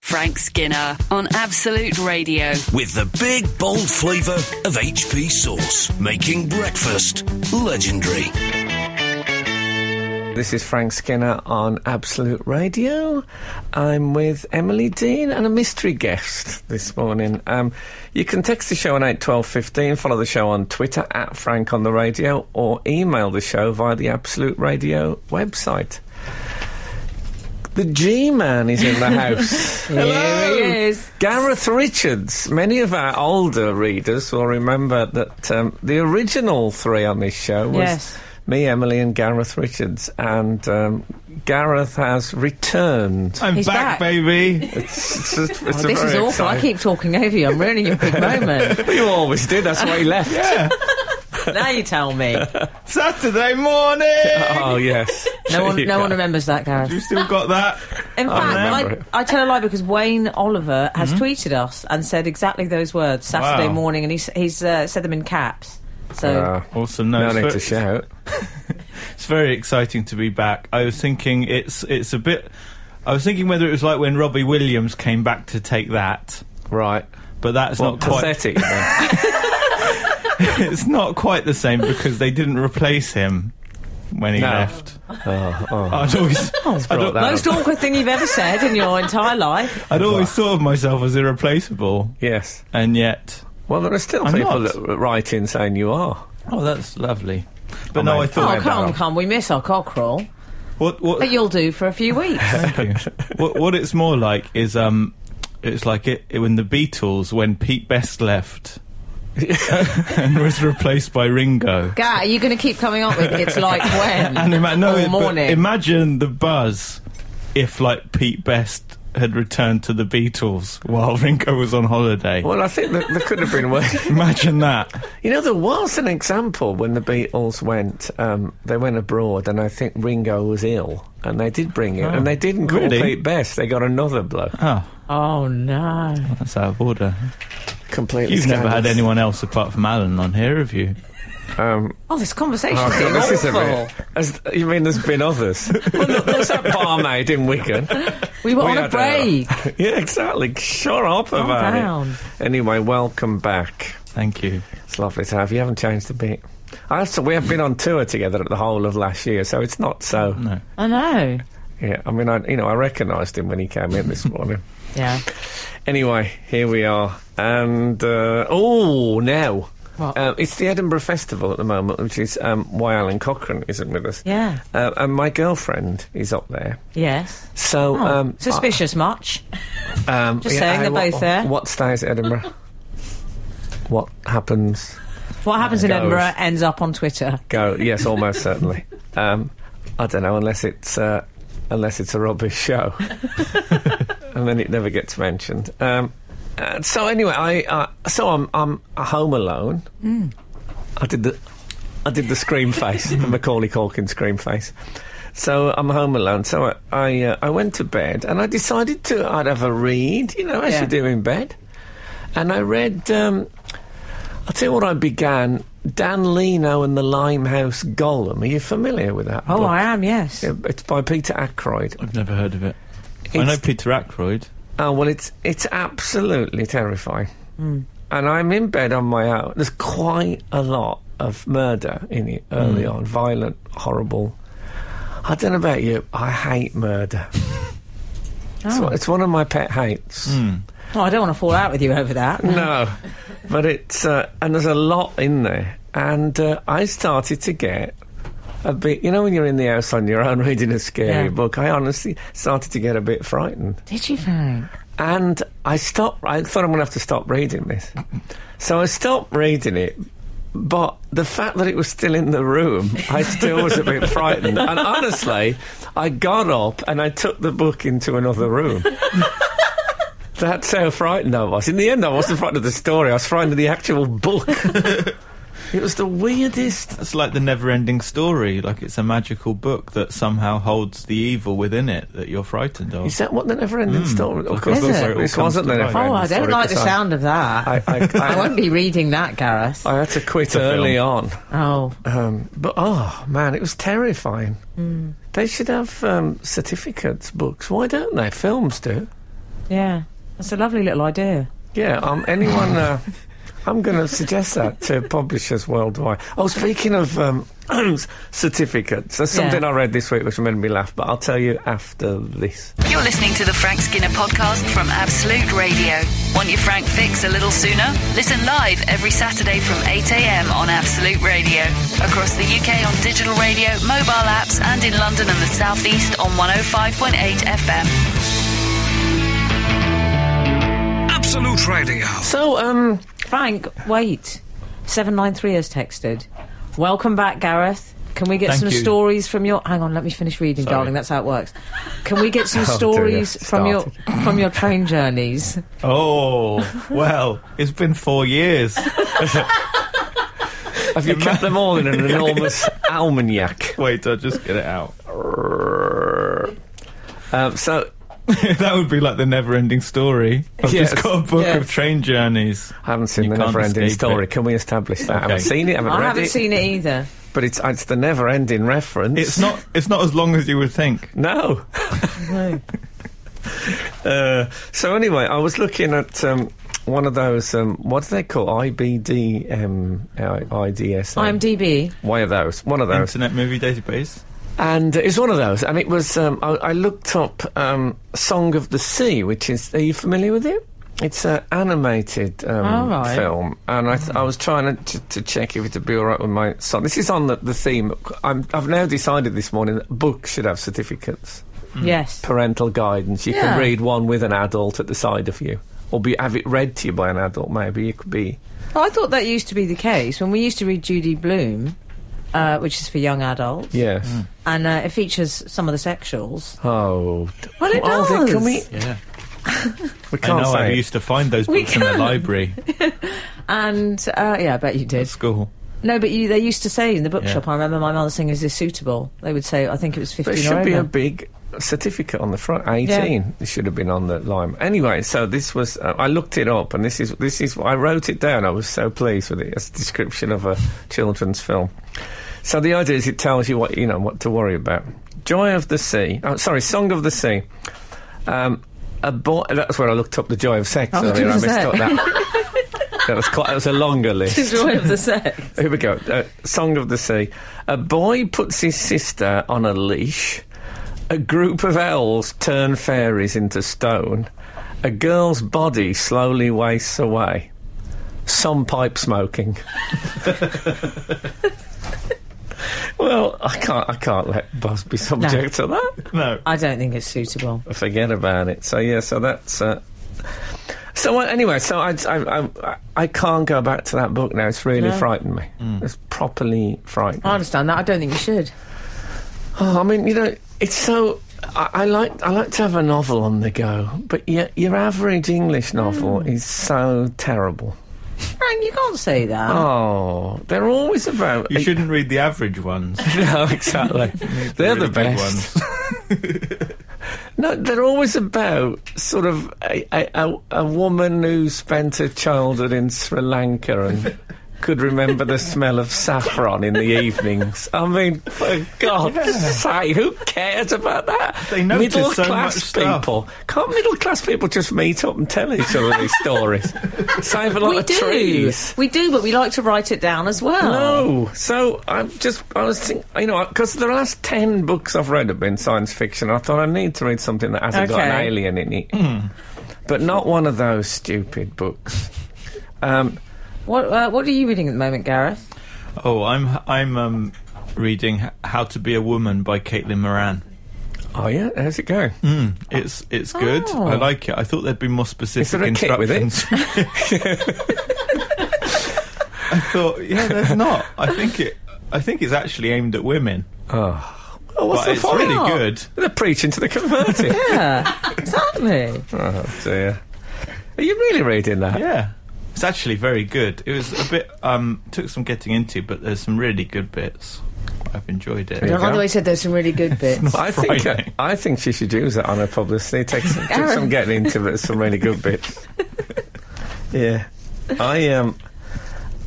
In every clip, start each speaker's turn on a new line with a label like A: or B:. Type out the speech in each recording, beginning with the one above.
A: Frank Skinner on Absolute Radio.
B: With the big, bold flavour of HP sauce, making breakfast legendary.
C: This is Frank Skinner on Absolute Radio. I'm with Emily Dean and a mystery guest this morning. Um, you can text the show on 81215, follow the show on Twitter at Frank on the Radio, or email the show via the Absolute Radio website. The G Man is in the house.
D: Here he
C: Oh.
D: is.
C: Gareth Richards. Many of our older readers will remember that um, the original three on this show was
D: Yes.
C: me, Emily, and Gareth Richards. And um, Gareth has returned.
E: I'm
D: He's back.
E: back, baby.
C: It's just- it's
D: Oh, This
C: very
D: is awful. I
C: exciting-
D: keep talking over you. I'm ruining your big moment.
C: You always did. That's why he left.
D: now you tell me.
E: Saturday morning.
C: Oh yes.
D: No one,
C: There you
D: no
C: go.
D: one remembers that, Gareth.
E: You still got that?
D: In
C: remember
D: fact,
C: it. Mm-hmm.
D: I, I tell a lie because Wayne Oliver has tweeted us and said exactly those words Saturday
E: Wow.
D: morning, and he's, he's uh, said them in caps. So
C: Oh,
E: Awesome. No,
C: no
E: it's,
C: need
E: very,
C: to shout.
E: it's very exciting to be back. I was thinking it's it's a bit. I was thinking whether it was like when Robbie Williams came back to take that,
C: Right.
E: but that's
C: Well,
E: not quite.
C: pathetic. then.
E: It's not quite the same because they didn't replace him when he
C: No.
E: left.
C: oh, oh.
E: I'd always, I'd,
C: brought
E: al-
C: that up.
D: most awkward thing you've ever said in your entire life.
E: I'd always thought of myself as irreplaceable,
C: Yes.
E: and yet.
C: Well, there are still
E: I'm
C: people
E: not.
C: that write in saying you are.
E: Oh, that's lovely. But
C: Oh,
E: no,
C: mate.
E: I
D: Oh,
E: thought.
D: come on, come. We miss our cockerel.
E: What? What?
D: But you'll do for a few weeks.
E: Thank you. what, what it's more like is um, it's like it, it when the Beatles when Pete Best left and was replaced by Ringo.
D: Gar, are you going to keep coming up with it's like when?
E: And ima- no,
D: all
E: it- but
D: morning.
E: imagine the buzz if like Pete Best had returned to the Beatles while Ringo was on holiday.
C: Well, I think that there could have been worse.
E: Imagine that.
C: You know, there was an example when the Beatles went. Um, they went abroad, and I think Ringo was ill, and they did bring him,
E: Oh,
C: and they didn't call
E: really?
C: Pete Best. They got another bloke.
E: Oh,
D: oh, no.
E: that's out of order.
C: Completely.
E: You've never had
C: scandalous.
E: anyone else apart from Alan on here, have you?
C: Um,
D: Oh, this conversation's
C: oh,
D: being
C: God, this is a
D: awful.
C: bit. As, you mean there's been others? well, look, there's that barmaid in Wigan.
D: We were
C: We
D: on a
C: had
D: break.
C: yeah, exactly. Shut up about
D: down.
C: it. Anyway, welcome back.
E: Thank you.
C: It's lovely to have you. Haven't changed a bit. I also, we have been on tour together at the whole of last year, so it's not so.
E: No.
D: I know.
C: Yeah, I mean, I you know, I recognised him when he came in this morning.
D: Yeah.
C: Anyway, here we are, and uh, oh, now
D: What?
C: Uh, it's the Edinburgh Festival at the moment, which is um, why Alan Cochrane isn't with us.
D: Yeah.
C: uh, and my girlfriend is up there.
D: Yes.
C: So
D: Oh,
C: um,
D: Suspicious much.
C: I- um,
D: Just saying, they're
C: what-
D: both there.
C: What stays at Edinburgh? what happens?
D: What happens in
C: goes.
D: Edinburgh ends up on Twitter.
C: Go. Yes, almost certainly. Um, I don't know unless it's uh, unless it's a rubbish show, and then it never gets mentioned. Um, uh, so anyway, I uh, so I'm I'm home alone. I did the I did the scream face, the Macaulay Culkin scream face. So I'm home alone. So I I, uh, I went to bed and I decided to I'd have a read, you know, as
D: Yeah.
C: you do in bed. And I read. Um, I'll tell you what I began. Dan Leno and the Limehouse Golem. Are you familiar with that?
D: Oh,
C: book?
D: I am, yes.
C: Yeah, It's by Peter Ackroyd.
E: I've never heard of it. I
C: It's-
E: know Peter Ackroyd.
C: Oh well, it's it's absolutely terrifying.
D: Hmm.
C: And I'm in bed on my own. There's quite a lot of murder in it early
D: Hmm.
C: on, violent, horrible. I don't know about you. I hate murder. It's, one- it's one of my pet hates.
D: Oh, I don't want to fall out with you over that.
C: No, but it's uh, and there's a lot in there, and uh, I started to get a bit. You know, when you're in the house on your own reading a scary
D: Yeah.
C: book, I honestly started to get a bit frightened,
D: Did you find?
C: and I stopped. I thought I'm going to have to stop reading this, so I stopped reading it. But the fact that it was still in the room, I still was a bit frightened. And honestly, I got up and I took the book into another room. That's how frightened I was. In the end, I wasn't frightened of the story. I was frightened of the actual book. it was the weirdest.
E: It's like the never-ending story. Like it's a magical book that somehow holds the evil within it that you're frightened of.
C: Is that what the never-ending story? Of course,
D: Hmm. Is
C: this-
D: it?
C: this wasn't the
E: Oh, I
C: never-ending
D: Oh, I
C: story,
D: don't like the
C: 'cause I-
D: sound of that.
C: I,
D: I,
C: I, I,
D: won't be reading that, Gareth.
C: I had to quit
E: a film.
C: early on.
D: oh.
C: Um, but oh man, it was terrifying. They should have um, certificates, books. Why don't they? Films do.
D: Yeah. That's a lovely little idea.
C: Yeah, um, anyone. Uh, I'm going to suggest that to publishers worldwide. Oh, speaking of um, certificates, there's something
D: Yeah.
C: I read this week which made me laugh, but I'll tell you after this.
A: You're listening to the Frank Skinner podcast from Absolute Radio. Want your Frank fix a little sooner? Listen live every Saturday from 8 a.m. on Absolute Radio. Across the UK on digital radio, mobile apps, and in London and the South East on 105.8 FM.
B: Absolute Radio.
C: So, um,
D: Frank, wait. 793 has texted. Welcome back, Gareth. Can we get
E: Thank
D: some
E: you.
D: stories from your? Hang on, let me finish reading,
E: Sorry.
D: darling. That's how it works. Can we get some
C: Oh, dear,
D: stories from your from your train journeys?
E: Oh, well, it's been four years.
C: have you kept them all in an enormous almanac?
E: Wait, I'll just get it out.
C: Um, so,
E: that would be like the never ending story. I've
C: Yes.
E: just got a book
D: Yes.
E: of train journeys.
C: I haven't seen
E: You
C: the
E: can't
C: never-ending
E: escape
C: story.
E: it.
C: Can we establish that? I haven't
E: Okay.
C: seen it. I haven't
D: I
C: read
D: haven't
C: it.
D: seen it either.
C: but it's it's the never-ending reference.
E: It's not it's not as long as you would think.
C: No. uh, so anyway, I was looking at um, one of those. Um, what do they call IBD? Um, I- IDS.
D: I'm DB.
C: One of those. One of those.
E: Internet movie database.
C: And uh, it's one of those. And it was. Um, I, I looked up um, "Song of the Sea," which is. Are you familiar with it? It's an animated
D: All
C: um,
D: right.
C: film, and I, th- I was trying to, to, to check if it'd be all right with my son. This is on the, the theme. I'm, I've now decided this morning that books should have certificates
D: Yes.
C: parental guidance. You
D: Yeah.
C: can read one with an adult at the side of you, or be have it read to you by an adult. Maybe you could be.
D: I thought that used to be the case when we used to read Judy Bloom, uh, which is for young adults,
C: Yes.
D: and uh, it features some of the sexuals.
C: Oh. d-
D: Well, it
C: oh, then
D: does.
C: Can we?
E: Yeah.
C: We
E: I
C: can't
E: know I
C: say. it.
E: used to find those
D: We
E: books in the
D: can't.
E: library
D: And uh, yeah, I bet you
E: at
D: did.
E: school.
D: No, but you, they used to say in the bookshop. I
E: Yeah.
D: remember my mother saying, "Is this suitable?" They would say, "I think it was
C: There
D: fifteen or
C: should be
D: over."
C: a big certificate on the front. Eighteen. It should have been on the lime. Anyway, so this was. Uh, I looked it up, and this is this is. I wrote it down. I was so pleased with it. It's a description of a children's film. So the idea is, it tells you what you know what to worry about. Joy of the Sea. Oh, sorry, Song of the Sea. Um, a boy. That's where I looked up the joy of sex.
D: I Oh, was
C: earlier. I
D: gonna
C: missed
D: say.
C: up that. that was quite. That was a longer list.
D: Joy of the sex.
C: Here we go. Uh, Song of the Sea. A boy puts his sister on a leash. A group of elves turn fairies into stone. A girl's body slowly wastes away. Some pipe smoking. well, I can't. I can't let Buzz be subject to that
E: No.
D: I don't think it's suitable.
C: forget about it. So yeah, so that's. Uh, so uh, anyway, so I, I I I can't go back to that book now. It's really
D: No.
C: frightened me. It's properly frightened.
D: I understand that. I don't think you should.
C: Oh, I mean, you know, it's so. I, I like I like to have a novel on the go, but your your average English novel is so terrible.
D: Frank, you can't say that.
C: Oh, they're always about.
E: You shouldn't read the average ones.
C: No, exactly. they're
E: really
C: the
E: big
C: best.
E: ones.
C: No, they're always about sort of a, a, a, a woman who spent her childhood in Sri Lanka and could remember the smell of saffron in the evenings. I mean, for God's sake, who cares about that?
E: They notice
C: middle
E: so much
C: class
E: stuff.
C: people can't middle class people just meet up and tell each other these stories. Save a lot
D: we
C: of
D: do.
C: trees.
D: We do, but we like to write it down as well.
C: No, Oh, so I'm just I was thinking, you know, because the last ten books I've read have been science fiction. I thought I need to read something that hasn't got an
D: Okay.
C: alien in it,
E: Hmm.
C: but not one of those stupid books. Um,
D: What uh, What are you reading at the moment, Gareth?
E: Oh, I'm I'm um, reading H- How to Be a Woman by Caitlin Moran.
C: oh yeah, how's it going?
E: Hmm. It's it's good.
D: Oh.
E: I like it. I thought there'd be more specific
C: there a kick with it?
E: instructions. I thought, yeah, there's not. I think it. I think it's actually aimed at women,
C: Oh, what's
E: but
C: the
E: it's
C: point?
E: really
D: not?
E: good.
C: They're preaching to the converted.
D: Yeah, exactly.
C: oh dear, are you really reading that?
E: Yeah, it's actually very good. It was a bit um took some getting into, but there's some really good bits. I've enjoyed it.
C: There you
D: Don't like the
C: go.
D: way he said there's some really good bits.
C: I think uh,
E: Frightening.
C: I think she should use that on her publicity. Take some, take some
D: Aaron.
C: getting into it, some really good bits. yeah, I um,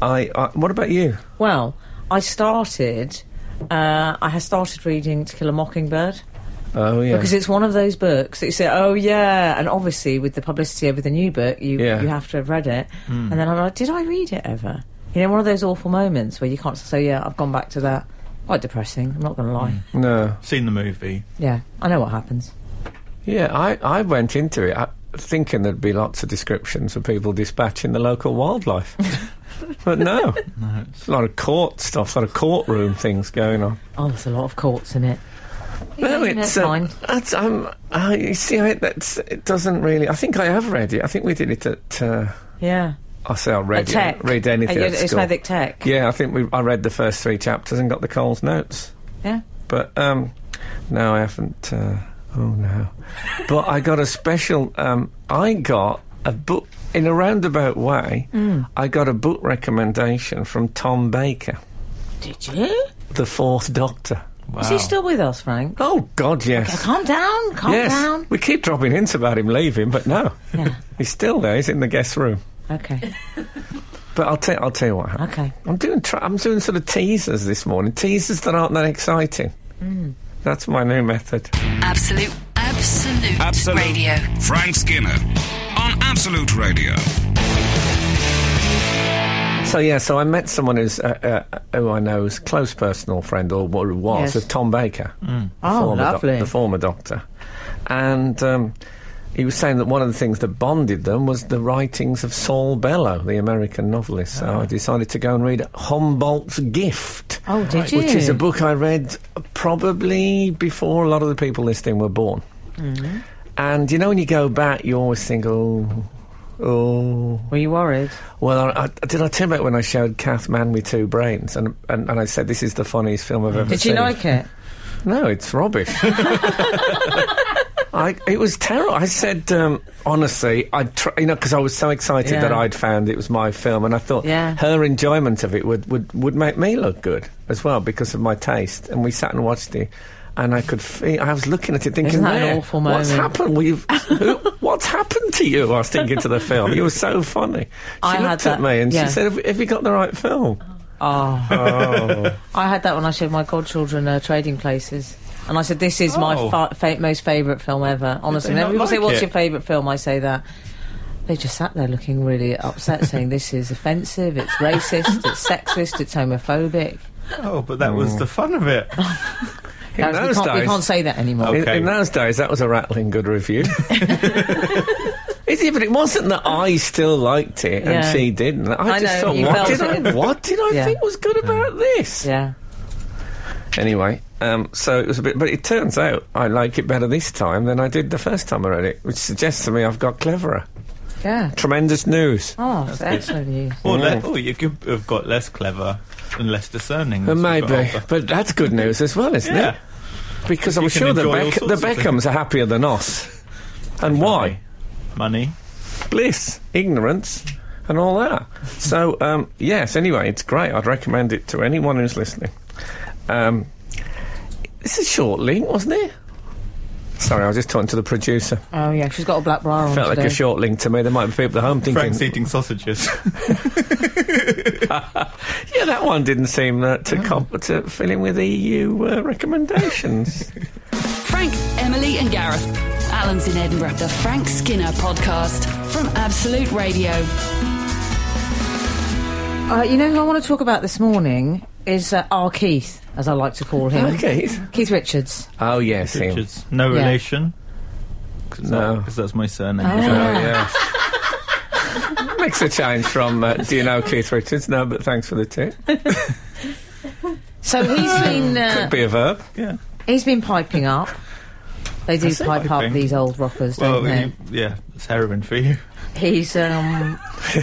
C: I, I what about you?
D: well, I started. Uh, I had started reading To Kill a Mockingbird.
C: Oh yeah.
D: Because it's one of those books that you say, oh yeah, and obviously with the publicity over the new book, you
C: Yeah. Hmm.
D: you have to have read it. And then I'm like, did I read it ever? You know, one of those awful moments where you can't say, "Oh, yeah, I've gone back to that. Quite depressing. I'm not going to lie.
C: no.
E: Seen the movie.
D: Yeah, I know what happens.
C: Yeah, I, I went into it uh, thinking there'd be lots of descriptions of people dispatching the local wildlife. but no. It's a lot of court stuff, a lot of courtroom things going on.
D: Oh, there's a lot of courts in it.
C: No,
D: you know,
C: it's
D: it's
C: uh,
D: fine.
C: That's, um, I, you see, I, that's, it doesn't really. I think I have read it. I think we did it at. Uh,
D: Yeah.
C: I say I
D: At
C: read
D: Tech.
C: it. Read anything.
D: At,
C: at
D: it's
C: school.
D: Medic Tech.
C: Yeah, I think we, I read the first three chapters and got the Coles notes.
D: Yeah.
C: But um, no, I haven't. Uh, oh no! but I got a special. Um, I got a book in a roundabout way.
D: Mm.
C: I got a book recommendation from Tom Baker,
D: Did you?
C: the Fourth Doctor.
E: Wow.
D: Is he still with us, Frank? Uh,
C: Oh God, yes.
D: Calm down, calm
C: Yes,
D: down.
C: we keep dropping hints about him leaving, but no,
D: Yeah.
C: he's still there. He's in the guest room.
D: Okay,
C: But I'll tell I'll tell you what happened.
D: okay.
C: I'm doing tra- I'm doing sort of teasers this morning. Teasers that aren't that exciting. That's my new method.
A: Absolute, absolute,
B: Absolute.
A: radio.
F: Frank Skinner on Absolute Radio.
C: So yeah, so I met someone who's uh, uh, who I know is a close personal friend or what it was
D: Yes.
C: of Tom Baker,
D: Oh,
C: former doc-
D: lovely.
C: the former doctor, and um, he was saying that one of the things that bonded them was the writings of Saul Bellow, the American novelist. So I decided to go and read Humboldt's Gift.
D: Oh, did you?
C: Which is a book I read probably before a lot of the people listening were born.
D: Mm-hmm.
C: And you know, when you go back, you always think, oh, oh.
D: Were you worried?
C: Well, I, I, did I tell you about when I showed Kath Man with Two Brains? And, and, and I said, this is the funniest film I've ever
D: Mm. Did
C: seen.
D: you like it?
C: No, it's rubbish. I, it was terrible. I said, um, honestly, I tr- you know because I was so excited
D: Yeah.
C: that I'd found it was my film, and I thought
D: Yeah.
C: her enjoyment of it would, would would make me look good as well because of my taste. And we sat and watched it, and I could feel I was looking at it thinking,
D: Isn't that an
C: "Where?
D: awful
C: What's
D: moment?"
C: happened? We've who, what's happened to you? I was thinking to the film. You were so funny. She
D: I had
C: looked
D: that-
C: at me and
D: yeah.
C: she said, have, "Have you got the right film?"
D: Oh. I had that when I showed my godchildren uh, Trading Places. And I said, this is
E: Oh.
D: my fa- fa- most favourite film ever, honestly.
E: they
D: When
E: not
D: people say,
E: like
D: what's
E: it?
D: your favourite film? I say that. They just sat there looking really upset, saying, this is offensive, it's racist, it's sexist, it's homophobic.
E: Oh, but that was the fun of it.
D: Gareth, we,
C: those
D: can't, we
C: days-
D: can't say that anymore.
E: Oh.
C: In-
E: Okay.
C: In, those days, that was a rattling good review. Is it, but it wasn't that I still liked it and
D: Yeah.
C: she didn't. I,
D: I
C: just
D: know,
C: thought,
D: you
C: what
D: felt
C: did, I,
D: it.
C: what did I
D: Yeah.
C: think was good about this?
D: Yeah.
C: Anyway, um, so it was a bit, but it turns out I like it better this time than I did the first time I read it, which suggests to me I've got cleverer.
D: Yeah.
C: Tremendous news.
D: Oh, that's excellent of you.
E: Or, le- or you could have got less clever and less discerning.
C: But
E: as you got
C: maybe,
E: older.
C: but that's good news as well, isn't
E: Yeah.
C: it? Because I'm
E: You can
C: sure the,
E: enjoy all
C: Beck- the
E: sorts of
C: Beckhams are happier than us. And why?
E: Money.
C: bliss, ignorance, and all that. So, um, yes, anyway, it's great. I'd recommend it to anyone who's listening. Um, it's a short link, wasn't it? Sorry, I was just talking to the producer.
D: Oh, yeah, she's got a black bra on
C: Felt like
D: today.
C: a short link to me. There might be people at home thinking,
E: Frank's eating sausages.
C: "Yeah, that one didn't seem uh,
E: Oh.
C: to, comp- to fill in with EU uh, recommendations."
A: Frank, Emily, and Gareth. Alan's in Edinburgh. The Frank Skinner podcast from Absolute Radio.
D: Uh, you know who I want to talk about this morning is uh, R. Keith, as I like to call him.
C: okay.
D: Keith Richards.
C: Oh yes, him.
E: Richards. No
D: Yeah.
E: relation.
C: No.
E: Because that's my surname.
C: Oh yes. Makes a change from uh, do you know Keith Richards? No, but thanks for the tip.
D: So he's been uh,
C: Could be a verb.
E: Yeah.
D: he's been piping up. They do
E: say
D: pipe up
E: piping.
D: these old rockers, don't
E: Well,
D: they?
E: you, yeah, it's heroin for you.
D: He's um,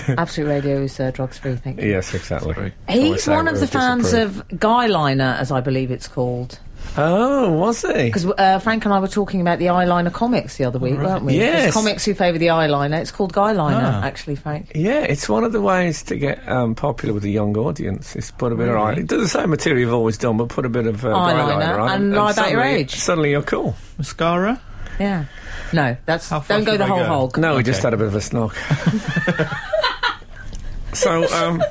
D: Absolute Radio is uh, drugs free. Thank you.
C: Yes, exactly.
E: Sorry.
D: He's
C: Always
D: one of
C: outward
D: the fans
C: disapprove.
D: of Guyliner, as I believe it's called.
C: Oh, was he?
D: Because uh, Frank and I were talking about the eyeliner comics the other week, weren't we? There's
C: Yes.
D: comics who favour the eyeliner. It's called Guyliner,
E: Ah.
D: actually, Frank.
C: Yeah, it's one of the ways to get um, popular with a young audience. Is put a bit of eye. It does the same material you've always done, but put a bit of uh,
D: Eyeliner
C: eyeliner on,
D: and lie about your
C: suddenly-
D: age.
C: Suddenly you're cool.
E: Mascara?
D: Yeah. No, that's
E: How far
D: don't go
E: should
D: the
E: I
D: whole
E: go?
D: hog.
C: No, we just
E: Okay.
C: had a bit of a snog. so, um,
D: No, I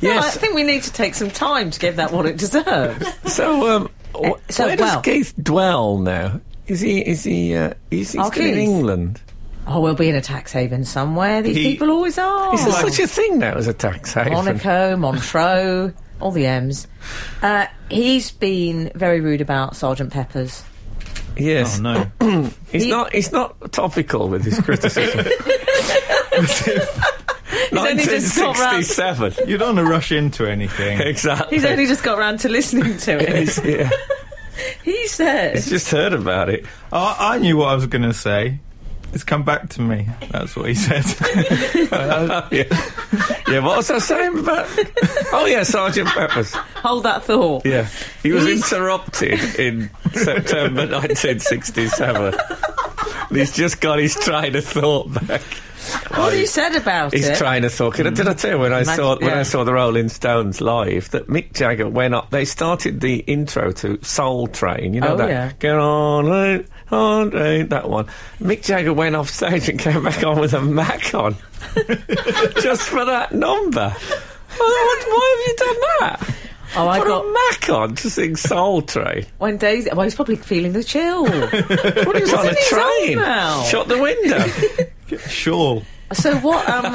C: yes.
D: think we need to take some time to give that what it deserves.
C: so, um, Wh-
D: Uh, so,
C: Where does
D: well-
C: Keith dwell now? Is he? Is he? Uh, he's he's
D: Oh,
C: still in
D: Keith.
C: England.
D: Oh, we'll be in a tax haven somewhere. These
E: He-
D: people always are.
C: Is there such a thing now as a tax haven?
D: Oh. Monaco, Montreux, all the M's. Uh, he's been very rude about Sergeant Pepper's.
C: Yes.
E: Oh no!
C: He's
D: He-
C: not. He's not topical with his criticism.
D: only just got round-
C: 1967.
E: you don't want to rush into anything.
C: Exactly.
D: He's only just got round to listening to it.
C: He's- yeah,
D: he says,
C: he's just heard about it.
E: I, I knew what I was going to say. It's come back to me. That's what he said.
C: Oh, yeah. yeah, what was I saying about? Oh yeah, Sergeant Pepper's.
D: hold that thought.
C: Yeah, he was
D: He's-
C: interrupted in September 1967. He's just got his train of thought back.
D: What have you said about
C: He's
D: it?
C: trying to thought. Did I- Did I tell you when I
D: Imagine-
C: saw when
D: yeah.
C: I saw the Rolling Stones live that Mick Jagger went up? They started the intro to Soul Train. You know
D: Oh,
C: that.
D: yeah.
C: Get on, eh, on, eh, that one. Mick Jagger went off stage and came back on with a Mac on, just for that number. Well, what- why have you done that?
D: oh, I
C: Put
D: got
C: a Mac on to sing Soul Train.
D: when Daisy. Well, he's probably feeling the chill.
C: Well, he was on a
D: in his own
C: train.
D: mouth.
C: Shut the window.
E: Sure.
D: so what? Um,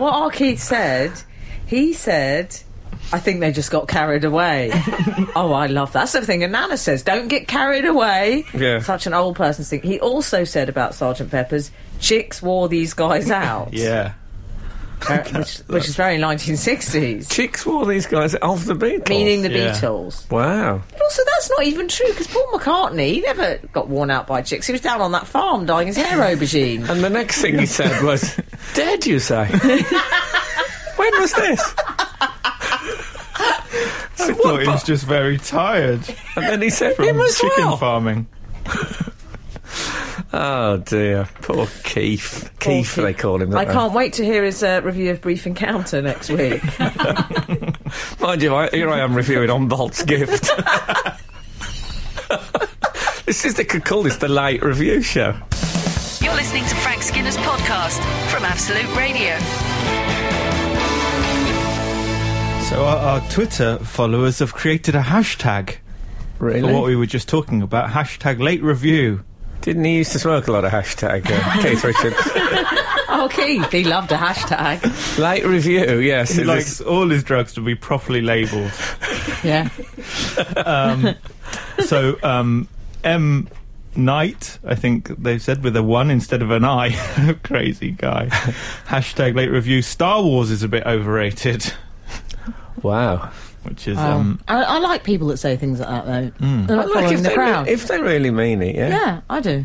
D: what Arcade said, he said. I think they just got carried away. oh, I love that. That's the thing. And Nana says, don't get carried away.
C: Yeah.
D: Such an old person's thing. He also said about Sergeant Pepper's, chicks wore these guys out.
E: Yeah.
D: Uh, which, which is very 1960s.
C: Chicks wore these guys off the Beatles.
D: Meaning the
E: Yeah.
D: Beatles.
C: wow.
D: But also, that's not even true because Paul McCartney he never got worn out by chicks. He was down on that farm dyeing his hair aubergine.
C: And the next thing he said was, Dead, you say? when was this?
E: I thought he was just very tired
C: And then he said,
E: from
C: Him as
E: chicken
C: well.
E: farming.
C: Oh dear, poor Keith. Keith,
D: Keith.
C: they call him.
D: I
C: don't they?
D: can't wait to hear his uh, review of Brief Encounter next week.
C: Mind you, I, here I am reviewing on Bolt's gift. this is they could call this the late review show.
A: You're listening to Frank Skinner's podcast from Absolute Radio.
E: So our, our Twitter followers have created a hashtag for what we were just talking about. Hashtag late review.
C: Didn't he used to smoke a lot of hashtag uh, Keith Richards?
D: oh, Keith, he loved a hashtag.
C: Late review, yes.
E: He
C: it was-
E: likes all his drugs to be properly labelled.
D: Yeah.
E: so um, M Knight, I think they've said with a one instead of an I. Crazy guy. Hashtag late review. Star Wars is a bit overrated,
C: wow.
E: which is
D: Um,
E: um,
D: I, I like people that say things like that, though.
C: Hmm.
D: They're not
C: Like,
D: following
C: if,
D: the
C: they
D: crowd.
C: re- if they really mean it, yeah.
D: yeah, I do.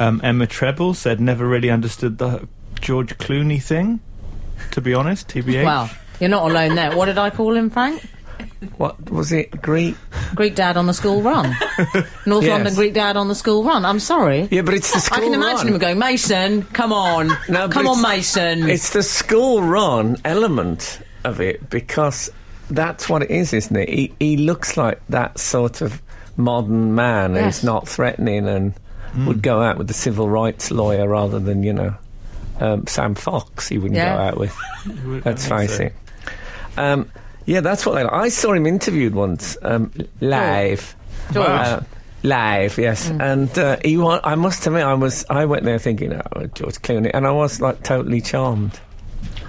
E: um, Emma Treble said never really understood the George Clooney thing. To be honest, TBH.
D: Well, you're not alone there. What did I call him, Frank?
C: What was it? Greek?
D: Greek dad on the school run. North
C: Yes.
D: London Greek dad on the school run. I'm sorry.
C: Yeah, but it's the school
D: I can imagine
C: run.
D: him going, Mason, come on.
C: No, but
D: come on,
C: it's-
D: Mason.
C: It's the school run element of it because that's what it is, isn't it? He, he looks like that sort of modern man
D: Yes.
C: who's not threatening and
E: Hmm.
C: would go out with the civil rights lawyer rather than, you know, um, Sam Fox he wouldn't
D: Yeah.
C: go out with.
E: wouldn't
C: Let's
E: think
C: face
E: so.
C: it. Um, yeah, that's what they like. I saw him interviewed once um,
D: Oh.
C: live.
D: George. Mm.
C: Uh, live, yes. And uh, he wa- I must admit, I was I went there thinking, oh, George Clooney, and I was like totally charmed.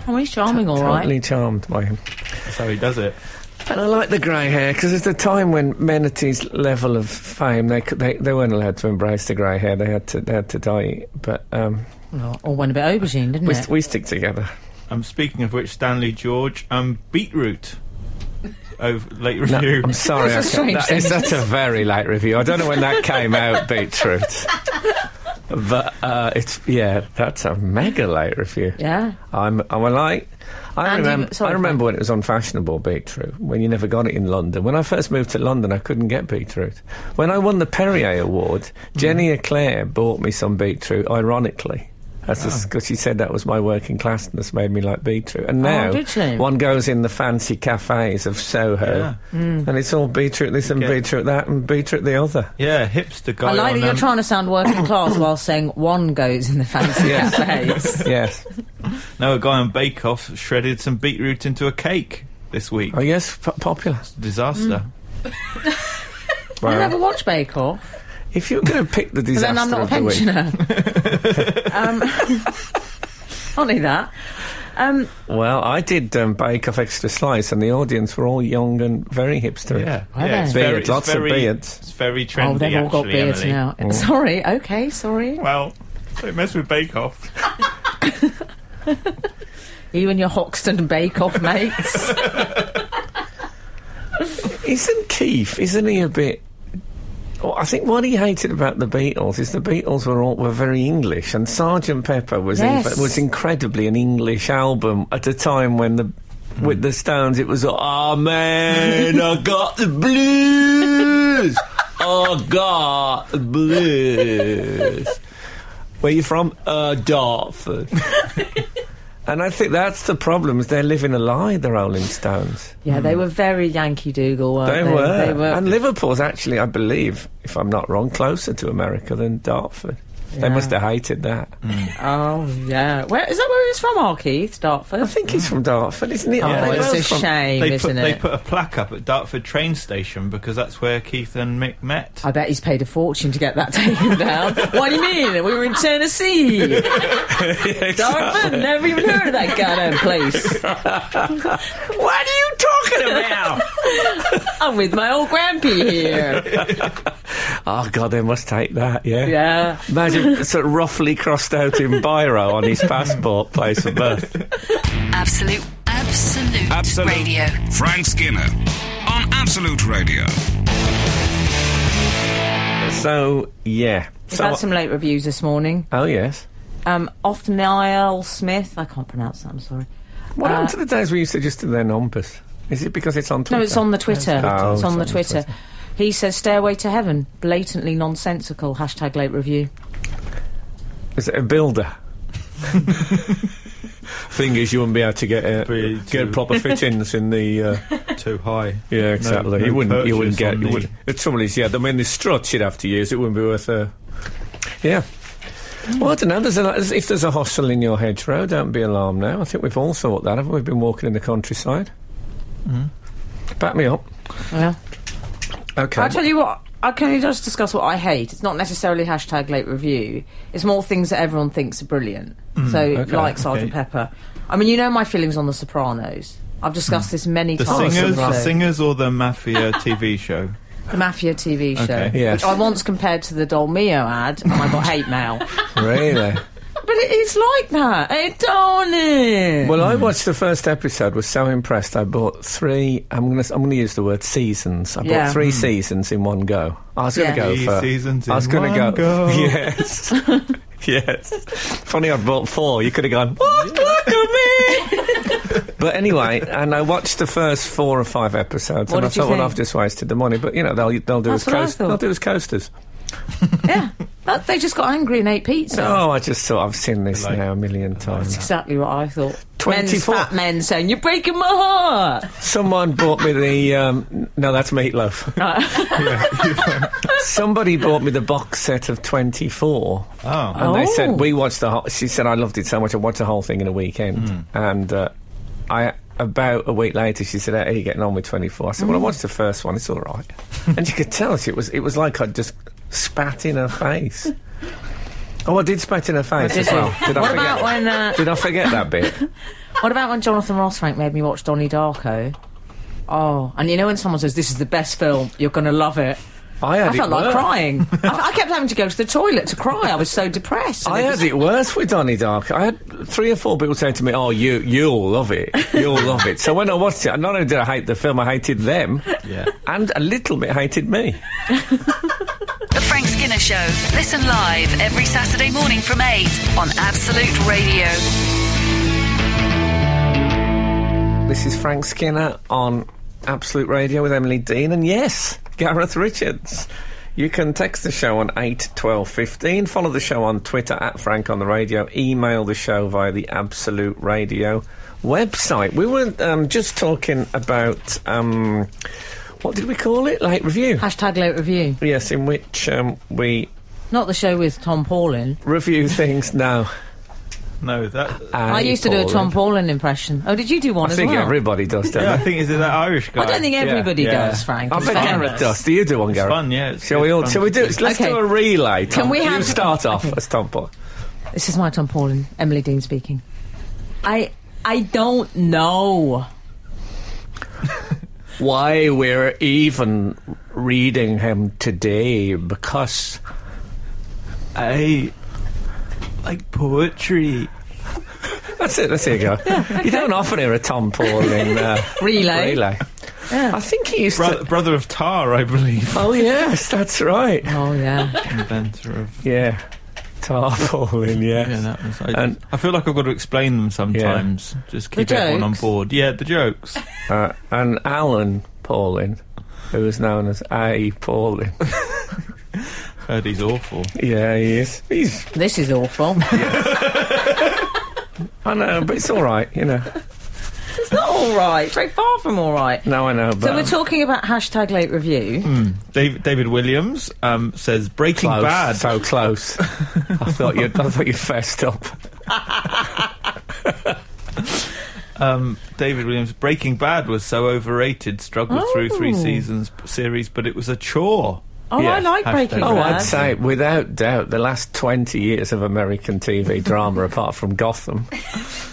D: oh, he's charming, all right.
C: Totally charmed by him.
E: That's how he does it.
C: And I like the grey hair because it's a time when men at his level of fame they, could, they they weren't allowed to embrace the grey hair. They had to they had to dye it. But um,
D: Or- Or went a bit aubergine, didn't
C: we,
D: it?
C: we stick together.
E: Um, speaking of which, Stanley George, um, beetroot. Over late
C: No,
E: review.
C: I'm sorry.
D: That's a
C: I can't-
D: strange
C: that is-
D: sentence.
C: that's a very late review. I don't know when that came out, Beetroot. But uh, it's yeah, that's a mega late review.
D: Yeah.
C: I'm I'm a light. I
D: Andy,
C: remember.
D: sorry,
C: I remember
D: Frank.
C: when it was unfashionable beetroot. When you never got it in London. When I first moved to London, I couldn't get beetroot. When I won the Perrier
D: Mm.
C: Award, Jenny Eclair bought me some beetroot. Ironically, that's because she said that was my working classness made me like beetroot. And now
D: Oh, did she?
C: one goes in the fancy cafes of Soho,
D: Mm.
C: and it's all beetroot this and
E: Okay.
C: beetroot that and beetroot the other.
E: yeah, hipster guy.
D: I like
E: on,
D: that you're
E: um,
D: trying to sound working class while saying one goes in the fancy
C: Yes.
D: cafes.
C: yes.
E: No, a guy on Bake Off shredded some beetroot into a cake this week.
C: Oh yes, p- popular.
E: Disaster.
D: I
C: where
D: never watch Bake Off.
C: if you're going to pick the disaster
D: Then I'm not a
C: of the week,
D: pensioner. um, only that. Um,
C: well, I did um, Bake Off Extra Slice, and the audience were all young and very hipster.
E: Yeah,
D: Mm. Were
E: yeah,
D: they?
C: Beards, lots of
E: very,
C: beards.
E: It's very trendy.
D: oh, they've all got
E: actually,
D: beards
E: Emily.
D: now.
C: Oh.
D: Sorry. Okay. Sorry.
E: Well, don't mess with Bake Off.
D: You and your Hoxton Bake Off mates.
C: Isn't Keith? Isn't he a bit? Well, I think what he hated about the Beatles is the Beatles were all were very English, and Sergeant Pepper was in-
D: Yes.
C: was incredibly an English album at a time when the with the Stones it was oh man I got the blues I got the blues where you from uh Dartford and I think that's the problem is they're living a lie the Rolling Stones.
D: yeah, they were very Yankee Doodle, weren't
C: They,
D: they?
C: were.
D: They were.
C: And Liverpool's actually, I believe, if I'm not wrong, closer to America than Dartford. They
D: Yeah.
C: must have hated that.
D: oh yeah. Where is that? Where he's from? Our Keith
C: I
D: Dartford.
C: think he's from Dartford, isn't he?
D: Oh,
C: I think
D: it's a
C: that's from-
D: shame,
E: They put,
D: isn't
E: they
D: it?
E: put a plaque up at Dartford train station because that's where Keith and Mick met.
D: I bet he's paid a fortune to get that taken down. what do you mean? We were in Tennessee. Dartford, never even heard of that goddamn place.
C: What are you talking about?
D: I'm with my old grampy here.
C: oh, God, they must hate that, yeah.
D: Yeah.
C: Imagine sort of roughly crossed out in biro on his passport place of birth.
A: Absolute, absolute,
F: Absolute.
A: radio.
F: Frank Skinner on Absolute Radio.
C: So, yeah.
D: We've
C: So-
D: had some late reviews this morning.
C: oh, yes.
D: Um, off Niall Smith. I can't pronounce that. I'm sorry.
C: What
D: Uh,
C: happened to the days where you suggested their numbers? Is it because it's on Twitter?
D: No, it's on the Twitter.
C: Oh,
D: it's on the Twitter. He says "Stairway to Heaven," blatantly nonsensical. Hashtag late review.
C: Is it a builder? Thing is, you wouldn't be able to get uh,
E: Be
C: get
E: too-
C: proper fittings in the uh,
E: Too high.
C: yeah exactly.
E: no
C: you wouldn't you wouldn't
E: purchase
C: get
E: on
C: you
E: the-
C: wouldn't. The trouble is, yeah, I mean the struts you'd have to use. It wouldn't be worth a yeah. Well, I don't know. There's a, lot- if there's a hostel in your hedgerow, don't be alarmed now. I think we've all thought that, haven't we? We've been walking in the countryside.
E: Hmm.
C: Back me up.
D: Yeah.
C: Okay.
D: I'll tell you what. I can only just discuss what I hate. It's not necessarily hashtag late review. It's more things that everyone thinks are brilliant. so,
C: Mm, okay,
D: like Sergeant
E: okay.
D: Pepper. I mean, you know my feelings on The Sopranos. I've
C: Mm.
D: discussed this many
E: The
D: times.
E: singers, the
D: on show.
E: singers, or the mafia TV show?
D: The Mafia TV show,
E: Okay.
C: Yes.
D: which I once compared to the Dolmio ad, and I got hate mail.
C: really.
D: But it is like that. It don't it?
C: Well, I watched the first episode. Was so impressed. I bought three. I'm gonna. I'm gonna use the word seasons. I
D: Yeah. Hmm.
C: bought three seasons in one go. I was gonna
D: Yeah.
C: go
E: Three
C: for
E: seasons
C: I was
E: in
C: gonna go.
E: one go.
C: Yes. yes. Funny, I bought four. You could have gone. What luck of me? but anyway, and I watched the first four or five episodes,
D: What
C: and I
D: did you
C: thought, well,
D: think?
C: I've just wasted the money. But you know, they'll they'll do as
D: That's what I
C: coast-
D: thought.
C: they'll do as coasters.
D: yeah. That- they just got angry and ate pizza.
C: Oh, I just thought I've seen this
E: Like-
C: now a million times.
D: That's exactly what I thought.
C: 24.
D: Men's fat men saying, You're breaking my heart.
C: Someone bought me the. Um, no, that's meatloaf. Somebody bought me the box set of 24.
E: Oh,
C: And they
D: Oh.
C: said, we watched the whole... She said, I loved it so much, I watched the whole thing in a weekend. And uh, I about a week later, she said, how are you getting on with 24? I said,
D: Mm.
C: well, I watched the first one, it's all right. and you could tell she, it was, it was like I'd just spat in her face. Oh, I did spat in her face as well. Did I
D: what
C: forget?
D: about when uh,
C: Did I forget that bit?
D: What about when Jonathan Rossrank made me watch Donnie Darko? Oh, and you know when someone says this is the best film, you're going to love it.
C: I had
D: I felt
C: it
D: like
C: worse.
D: crying. I, I kept having to go to the toilet to cry. I was so depressed. And
C: I
D: it
C: had
D: was-
C: it worse with Donnie Dark. I had three or four people saying to me, "Oh, you you'll love it, you'll love it." So when I watched it, not only did I hate the film, I hated them,
E: yeah.
C: and a little bit hated me.
A: The Frank Skinner Show. Listen live every Saturday morning from 8 on Absolute Radio.
C: This is Frank Skinner on Absolute Radio with Emily Dean, and yes, Gareth Richards. You can text the show on eight twelve fifteen. Follow the show on Twitter at Frank on the Radio. Email the show via the Absolute Radio website. We were um, just talking about um, what did we call it? Late review.
D: Hashtag late review.
C: Yes, in which um, we
D: Not the show with Tom Paulin.
C: review things now.
E: No, that.
D: I used to do a Tom Paulin impression. Oh, did you do one
C: I
D: as
C: think
D: well?
C: everybody does, don't
E: yeah, I
C: they?
E: think is it that Irish guy?
D: I don't think
C: Yeah,
D: everybody
E: yeah.
D: does, Frank.
C: I
D: It's
C: bet
D: fine.
C: Gareth does. Do you do one, Gareth?
E: fun, yeah, it's-
C: Shall we
E: it's
C: all?
E: fun.
C: Shall we do it? Let's
D: Okay.
C: do a relay. Tom.
D: we
C: you
D: have-
C: start off
D: Okay.
C: as Tom Paul?
D: This is my Tom Paulin. Emily Dean speaking. I I don't know.
C: Why we're even reading him today? Because
E: I like poetry.
C: that's it. That's it. Go. You don't often hear a Tom Paul in uh,
D: Relay.
C: relay. I think he used
E: Brother,
C: to.
E: brother of Tar, I believe.
C: Oh yes, that's right.
D: Oh yeah.
E: Inventor of.
C: Yeah, Tom Paulin. Yes.
E: Yeah, that was. I,
C: And-
E: I feel like I've got to explain them sometimes. Just keep everyone on
D: jokes?
E: board. Yeah, the jokes.
C: uh, and Alan Paulin, who is known as A. Paulin.
E: Heard he's awful.
C: yeah, he is. He's,
D: This is awful.
C: I know, but it's all right, you know.
D: it's not all right. Very far from all right.
C: No, I know, but um, Mm.
D: So we're talking about hashtag late review.
E: David, David Williams um, says Breaking
C: close,
E: Bad.
C: so close. I thought you, I thought you fessed up.
E: Um, David Williams, Breaking Bad was so overrated. Struggled through three
D: Oh.
E: seasons series, but it was a chore.
D: Oh,
C: Yeah.
D: I like
E: Hashtag
D: Breaking
E: late
C: Oh,
D: Bad.
C: I'd say without doubt, the last twenty years of American TV drama, apart from Gotham,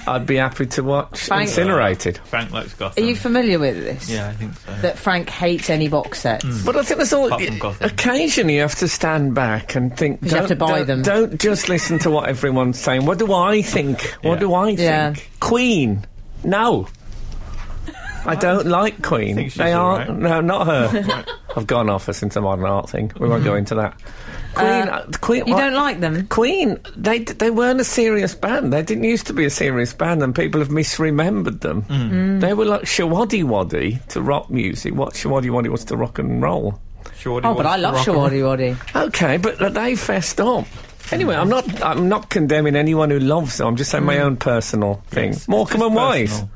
C: I'd be happy to watch
D: Frank-
C: Incinerated.
E: Frank likes
D: Are
E: Gotham.
D: you familiar with this?
E: yeah, I think so.
D: That Frank hates any box sets.
C: But I think there's all.
E: Apart from Gotham.
C: Occasionally, you have to stand back and think.
D: 'Cause you have
C: don't-
D: to buy
C: don't-
D: them.
C: Don't just listen to what everyone's saying. What do I think? What
E: Yeah.
C: do I
D: Yeah.
C: think? Queen. No. I don't like Queen.
E: think she's
C: they
E: all
C: aren't.
E: right.
C: No, not her. I've gone off us into modern art thing. We won't
E: Mm-hmm.
C: go into that. Queen. uh, Queen.
D: You
C: what-
D: don't like them? Oh,
C: Queen, they d- they weren't a serious band. They didn't used to be a serious band, and people have misremembered them.
E: Mm.
D: Mm.
C: They were like Shawaddy Waddy to rock music. What Shawaddy Waddy was to rock and roll.
E: Shorty
D: Oh, but
E: wants
D: I
E: to
D: love
E: rock and-
D: Shawaddy Waddy.
C: Okay, but th- they fessed up. Anyway, I'm not I'm not condemning anyone who loves them. I'm just saying my own personal thing.
E: Mm. It's
C: Morecambe
E: just
C: and Wise.
E: personal.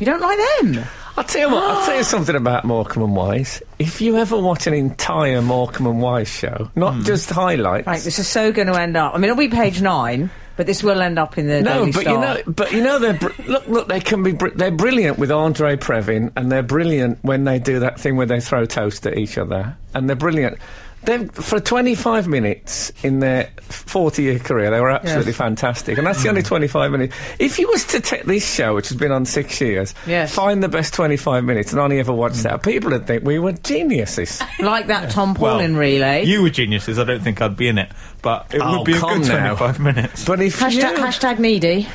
D: You don't like them?
C: I'll tell you what. I'll tell you something about Morecambe and Wise. If you ever watch an entire Morecambe and Wise show, not
E: Mm.
C: just highlights.
D: Right, this is so going to end up. I mean, it'll be page nine, but this will end up in the
C: No,
D: Daily
C: but you
D: Star.
C: know, but you know, they're br- look, look. They can be. Br- they're brilliant with Andre Previn, and they're brilliant when they do that thing where they throw toast at each other, and they're brilliant. They've, for 25 minutes in their 40-year career, they were absolutely
D: Yes.
C: fantastic, and that's the only 25 minutes. If you was to take this show, which has been on six years,
D: Yes.
C: find the best 25 minutes, and only ever watch that, people would think we were geniuses.
D: like that Tom
E: Well,
D: Paulin relay.
E: You were geniuses. I don't think I'd be in it, but it
C: Oh,
E: would be a
C: come
E: good
C: now.
E: 25 minutes.
C: But if
D: hashtag,
C: you-
D: hashtag needy.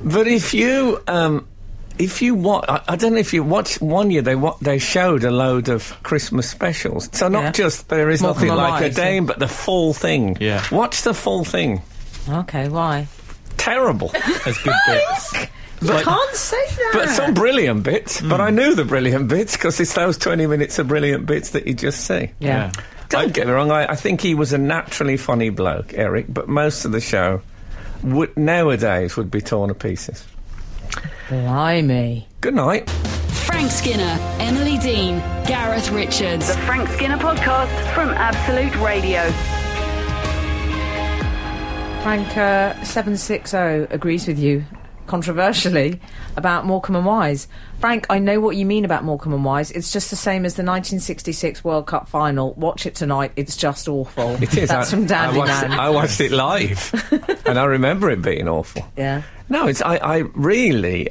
C: But if you, um, if you watch, I, I don't know if you watched one year they wa- they showed a load of Christmas specials. So not
D: Yeah.
C: just there is
D: Welcome
C: nothing like
D: Alive,
C: a dame, but the full thing.
E: Yeah.
C: watch the full thing.
D: Okay, why?
C: Terrible,
E: There's good bits. Hmm.
D: I can't say that.
C: but some brilliant bits. But I knew the brilliant bits because it's those twenty minutes of brilliant bits that you just see.
D: yeah.
C: Don't get me wrong. I, I think he was a naturally funny bloke, Eric. But most of the show would nowadays would be torn to pieces.
D: Blimey.
C: Good night.
G: Frank Skinner, Emily Dean, Gareth Richards.
A: The Frank Skinner podcast from Absolute Radio.
D: Frank uh, 760 agrees with you, controversially, about Morecambe and Wise. Frank, I know what you mean about Morecambe and Wise. It's just the same as the 1966 World Cup final. Watch it tonight. It's just awful.
C: It is.
D: That's
C: I,
D: from
C: I
D: Dandy
C: watched,
D: Man.
C: I watched it live, and I remember it being awful.
D: yeah.
C: No, it's. I, I really.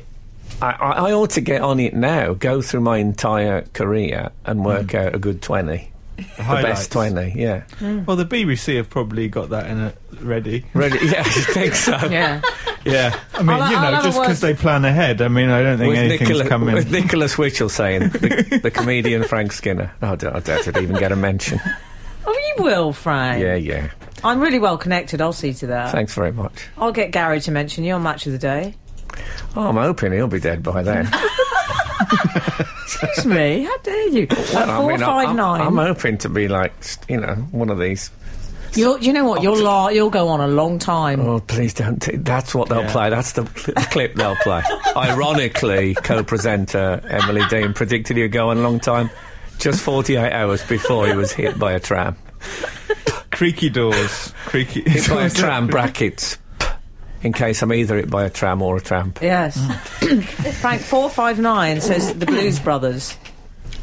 C: I, I I ought to get on it now. Go through my entire career and work out a good twenty, the
E: Highlights.
C: best twenty. Yeah,
E: Well, the BBC have probably got that in it ready.
C: really. Yeah, I think so.
D: Yeah.
E: Yeah, I mean,
D: I'll-
E: you
D: I'll
E: know,
D: have a
E: just
D: word.
E: because they plan ahead. I mean, I don't think
C: With
E: anything's
C: Nicola,
E: coming.
C: with Nicholas Witchell saying the, the comedian Frank Skinner. Oh, I doubt I doubt it even get a mention.
D: oh, you will, Frank.
C: Yeah, yeah.
D: I'm really well connected. I'll see to that.
C: Thanks very much.
D: I'll get Gary to mention you on Match of the Day.
C: Oh, I'm hoping he'll be dead by then.
D: Excuse me. How dare you? At
C: I
D: four
C: mean, I-
D: five
C: I'm,
D: nine.
C: I'm hoping to be like you know one of these
D: You'll, you know what? You'll la- you'll go on a long time.
C: Oh, please don't. T- that's what they'll
E: Yeah.
C: play. That's the cl- clip they'll play. Ironically, co presenter Emily Dean predicted he'd go on a long time just 48 hours before he was hit by a tram.
E: Creaky doors, creaky.
C: Hit by a tram, brackets. in case I'm either hit by a tram or a tramp.
D: Yes. Frank four five nine says the Blues Brothers.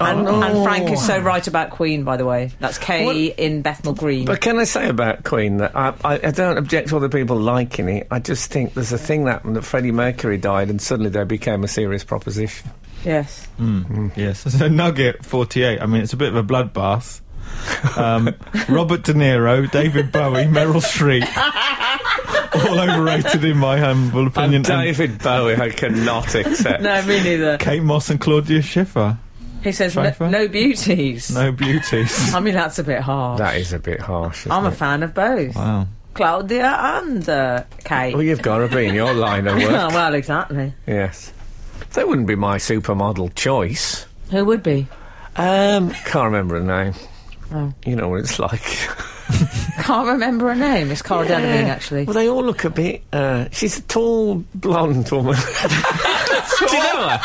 D: And, and Frank is so right about Queen, by the way. That's Kay in Bethnal Green.
C: But can I say about Queen that I, I, I don't object to other people liking it. I just think there's a thing that happened that Freddie Mercury died and suddenly they became a serious proposition.
D: yes.
E: Yes, so Nugget 48. I mean, it's a bit of a bloodbath. Um, Robert De Niro, David Bowie, Meryl Streep. All overrated in my humble
C: And
E: opinion. And
C: David Bowie, I cannot accept.
D: No, me neither.
E: Kate Moss and Claudia Schiffer.
D: He says
E: Try
D: no,
E: for it.
D: no beauties.
E: No beauties.
D: I mean, that's a bit hard.
C: That is a bit harsh. isn't
D: I'm a
C: it?
D: fan of both.
E: wow.
D: Claudia and uh, Kate.
C: Well, you've got to be in your line of
D: Oh,
C: Oh, work.
D: well, exactly.
C: yes. They wouldn't be my supermodel choice.
D: Who would be?
C: Um, can't remember her name.
D: Oh.
C: You know what it's like.
D: Can't remember her name. It's Cara Delevingne, actually.
C: Well, they all look a bit. Uh, she's a tall, blonde woman. Do you know her?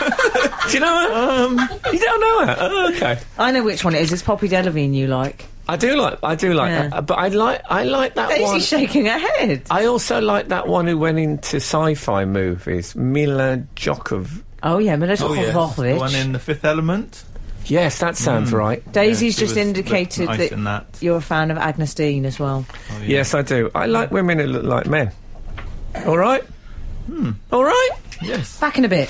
C: Do you know her?
D: Um,
C: you don't know her? Oh, okay.
D: I know which one it is. It's Poppy Delevingne you like.
C: I do like. I do like
D: Yeah.
C: that. Uh, But I like. I like that one.
D: Daisy's shaking her head.
C: I also like that one who went into sci-fi movies, Mila Jokov.
D: Oh, yeah, Melissa
E: The one in The Fifth Element.
C: Yes, that sounds
D: Hmm.
C: right.
D: Daisy's
E: she
D: just
E: was
D: indicated
E: nice
D: that,
E: in that.
D: you're a fan of Agnes Dean as well.
C: Yes, I do. I like women who look like men. All right.
E: Hmm.
C: All right.
E: Yes.
D: Back in a bit.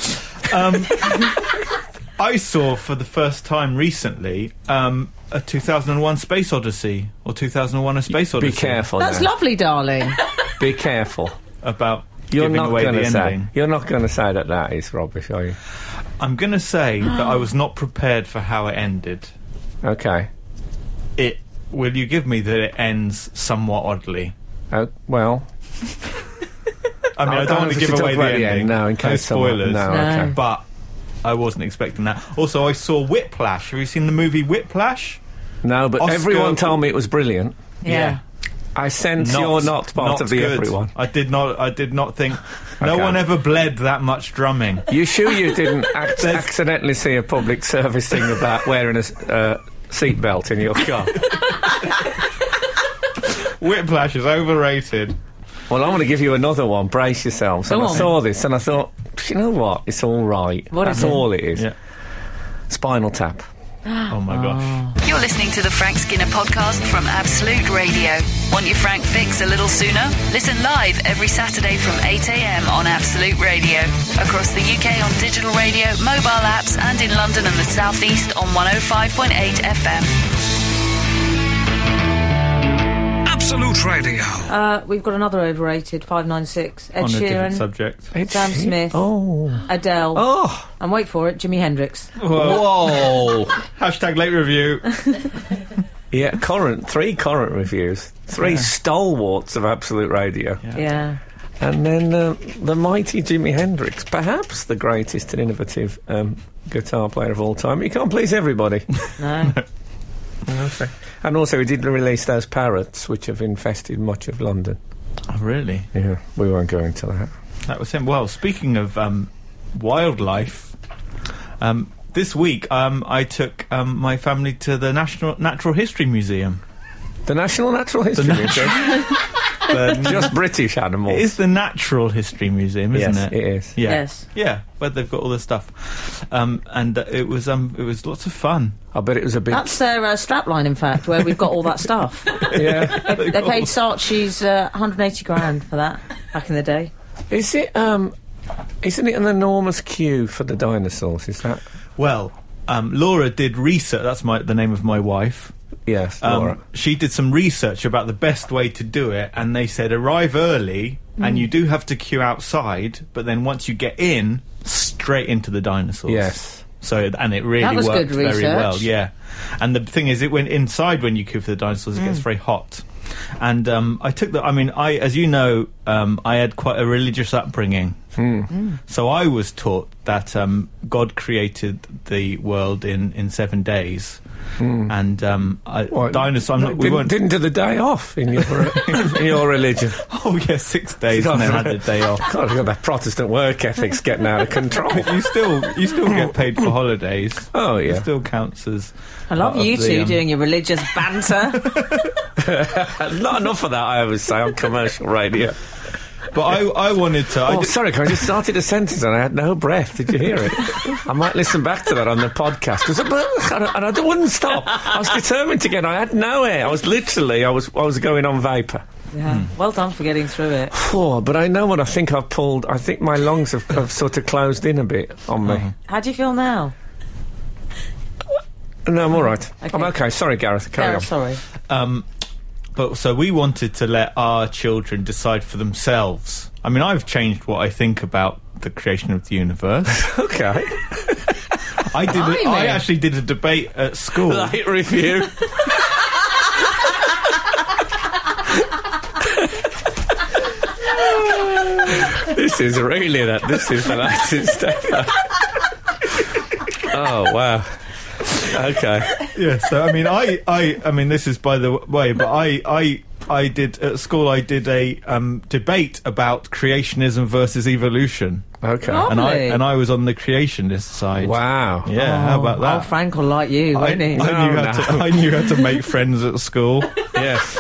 E: I saw for the first time recently um, a 2001 Space Odyssey or 2001 A Space Odyssey.
C: Be careful.
D: That's
C: now.
D: lovely, darling.
C: Be careful.
E: About
C: You're
E: giving
C: not
E: away
C: going
E: the
C: to say.
E: ending.
C: You're not going to say that that is rubbish, are you?
E: I'm going to say that I was not prepared for how it ended.
C: Okay.
E: It. Will you give me that it ends somewhat oddly?
C: Oh, well,
E: I mean,
C: Oh,
E: I don't want to
C: obviously
E: give
C: talk
E: away the
C: about
E: ending.
C: the end now in case
E: no
C: someone-
E: spoilers.
C: no,
D: No. okay.
E: But I wasn't expecting that. Also, I saw Whiplash. Have you seen the movie Whiplash?
C: no, but
E: Oscar-
C: everyone told me it was brilliant.
D: Yeah.
C: I sense you're not part of the
E: good.
C: everyone.
E: I did not. I did not think. No
C: Okay.
E: one ever bled that much drumming.
C: You sure you didn't ac-
E: There's-
C: accidentally see a public service thing about wearing a s- uh, seatbelt in your car?
E: Whiplash is overrated.
C: well, I'm going to give you another one. Brace yourselves. And
D: Go
C: I
D: on.
C: saw this and I thought, you know what? It's all right.
D: What
C: That's
D: is it?
C: all it is.
E: Yeah.
C: Spinal Tap.
E: Oh my
D: Ah.
E: gosh.
A: You're listening to the Frank Skinner podcast from Absolute Radio. Want your Frank fix a little sooner? Listen live every Saturday from 8 a.m. on Absolute Radio. Across the UK on digital radio, mobile apps, and in London and the South East on 105.8 FM.
F: Absolute Radio.
D: Uh, we've got another overrated 596. Ed
E: On a
D: Sheeran,
E: different subject.
D: Sam Smith,
C: Oh.
D: Adele,
C: Oh.
D: and wait for it, Jimi Hendrix.
C: Whoa.
E: Hashtag late review.
C: yeah, current. Three current reviews. Three stalwarts of Absolute Radio.
D: Yeah.
C: And then uh, the mighty Jimi Hendrix, perhaps the greatest and innovative um, guitar player of all time. You can't please everybody.
D: No.
C: and also, he did release those parrots, which have infested much of London.
E: Oh, really?
C: Yeah, we won't go into that.
E: That was him. Well, speaking of um, wildlife, um, this week um, I took um, my family to the National Natural History Museum.
C: The National Natural History Museum. They're just British animals.
E: It is the Natural History Museum, isn't
C: yes,
E: it?
C: it is.
E: Yeah.
D: Yes.
E: Yeah, where they've got all this stuff, um, and uh, it was um, it was lots of fun.
C: I bet it was a big.
D: That's their uh, strapline, in fact, where we've got all that stuff.
C: yeah.
D: They paid Saatchi's uh, 180 grand for that back in the day.
C: Is it? Um, isn't it an enormous queue for the dinosaurs? Is that?
E: Well, um, Laura did research. That's my the name of my wife.
C: Yes,
E: Um,
C: Laura.
E: She did some research about the best way to do it, and they said arrive early,
D: Mm.
E: and you do have to queue outside, but then once you get in, straight into the dinosaurs.
C: Yes.
E: So and it really
D: That was
E: worked
D: good
E: very well.
D: research.
E: Yeah. And the thing is, it went inside when you queue for the dinosaurs. It
D: Mm.
E: gets very hot. And um, I took the. I mean, I as you know, um, I had quite a religious upbringing.
C: Hmm.
E: So I was taught that um, God created the world in, in seven days, and um, I,
C: Hmm. Well,
E: dinosaur. I'm
C: no,
E: not, we
C: didn't,
E: weren't.
C: didn't do the day off in your in your religion.
E: Oh yeah, six days, and then had the day off.
C: God, look at that Protestant work ethic's getting out of control.
E: You still you still get paid for holidays.
C: Oh,
E: It
C: yeah.
E: still counts as.
D: I love
E: part of
D: you
E: the,
D: two
E: um, Hmm.
D: doing your religious banter.
C: Not enough of that, I always say, on commercial radio.
E: But I, I wanted to. I
C: Oh,
E: did-
C: sorry, 'cause I just started a sentence and I had no breath. Did you hear it? I might listen back to that on the podcast. 'Cause- and I, and I d- wouldn't stop. I was determined to get. on. I had no air. I was literally. I was. I was going on vapor.
D: Yeah. Well done for getting through it.
C: Poor, but I know what I think. I've pulled. I think my lungs have, have sort of closed in a bit on me.
D: How do you feel now?
C: No, I'm all right. I'm
D: Okay.
C: okay. Sorry, Gareth. Carry
D: Gareth,
C: on.
D: sorry.
E: Um, but so we wanted to let our children decide for themselves. I mean, I've changed what I think about the creation of the universe.
C: Okay.
E: I did. A, I
D: Blimey.
E: actually did a debate at school.
C: Light review. this is really that. This is the latest ever. oh wow. Okay.
E: yeah. So I mean, I, I, I mean, this is by the way, but I, I, I did at school. I did a um, debate about creationism versus evolution,
C: Okay.
D: Oh.
E: and I
D: Lovely.
E: and I was on the creationist side.
C: Wow.
E: Yeah. how about that?
D: Oh, Frank will like you,
E: I, I
D: won't he?
E: knew
C: No,
E: how to,
C: no.
E: I knew how to make friends at school.
C: Yes.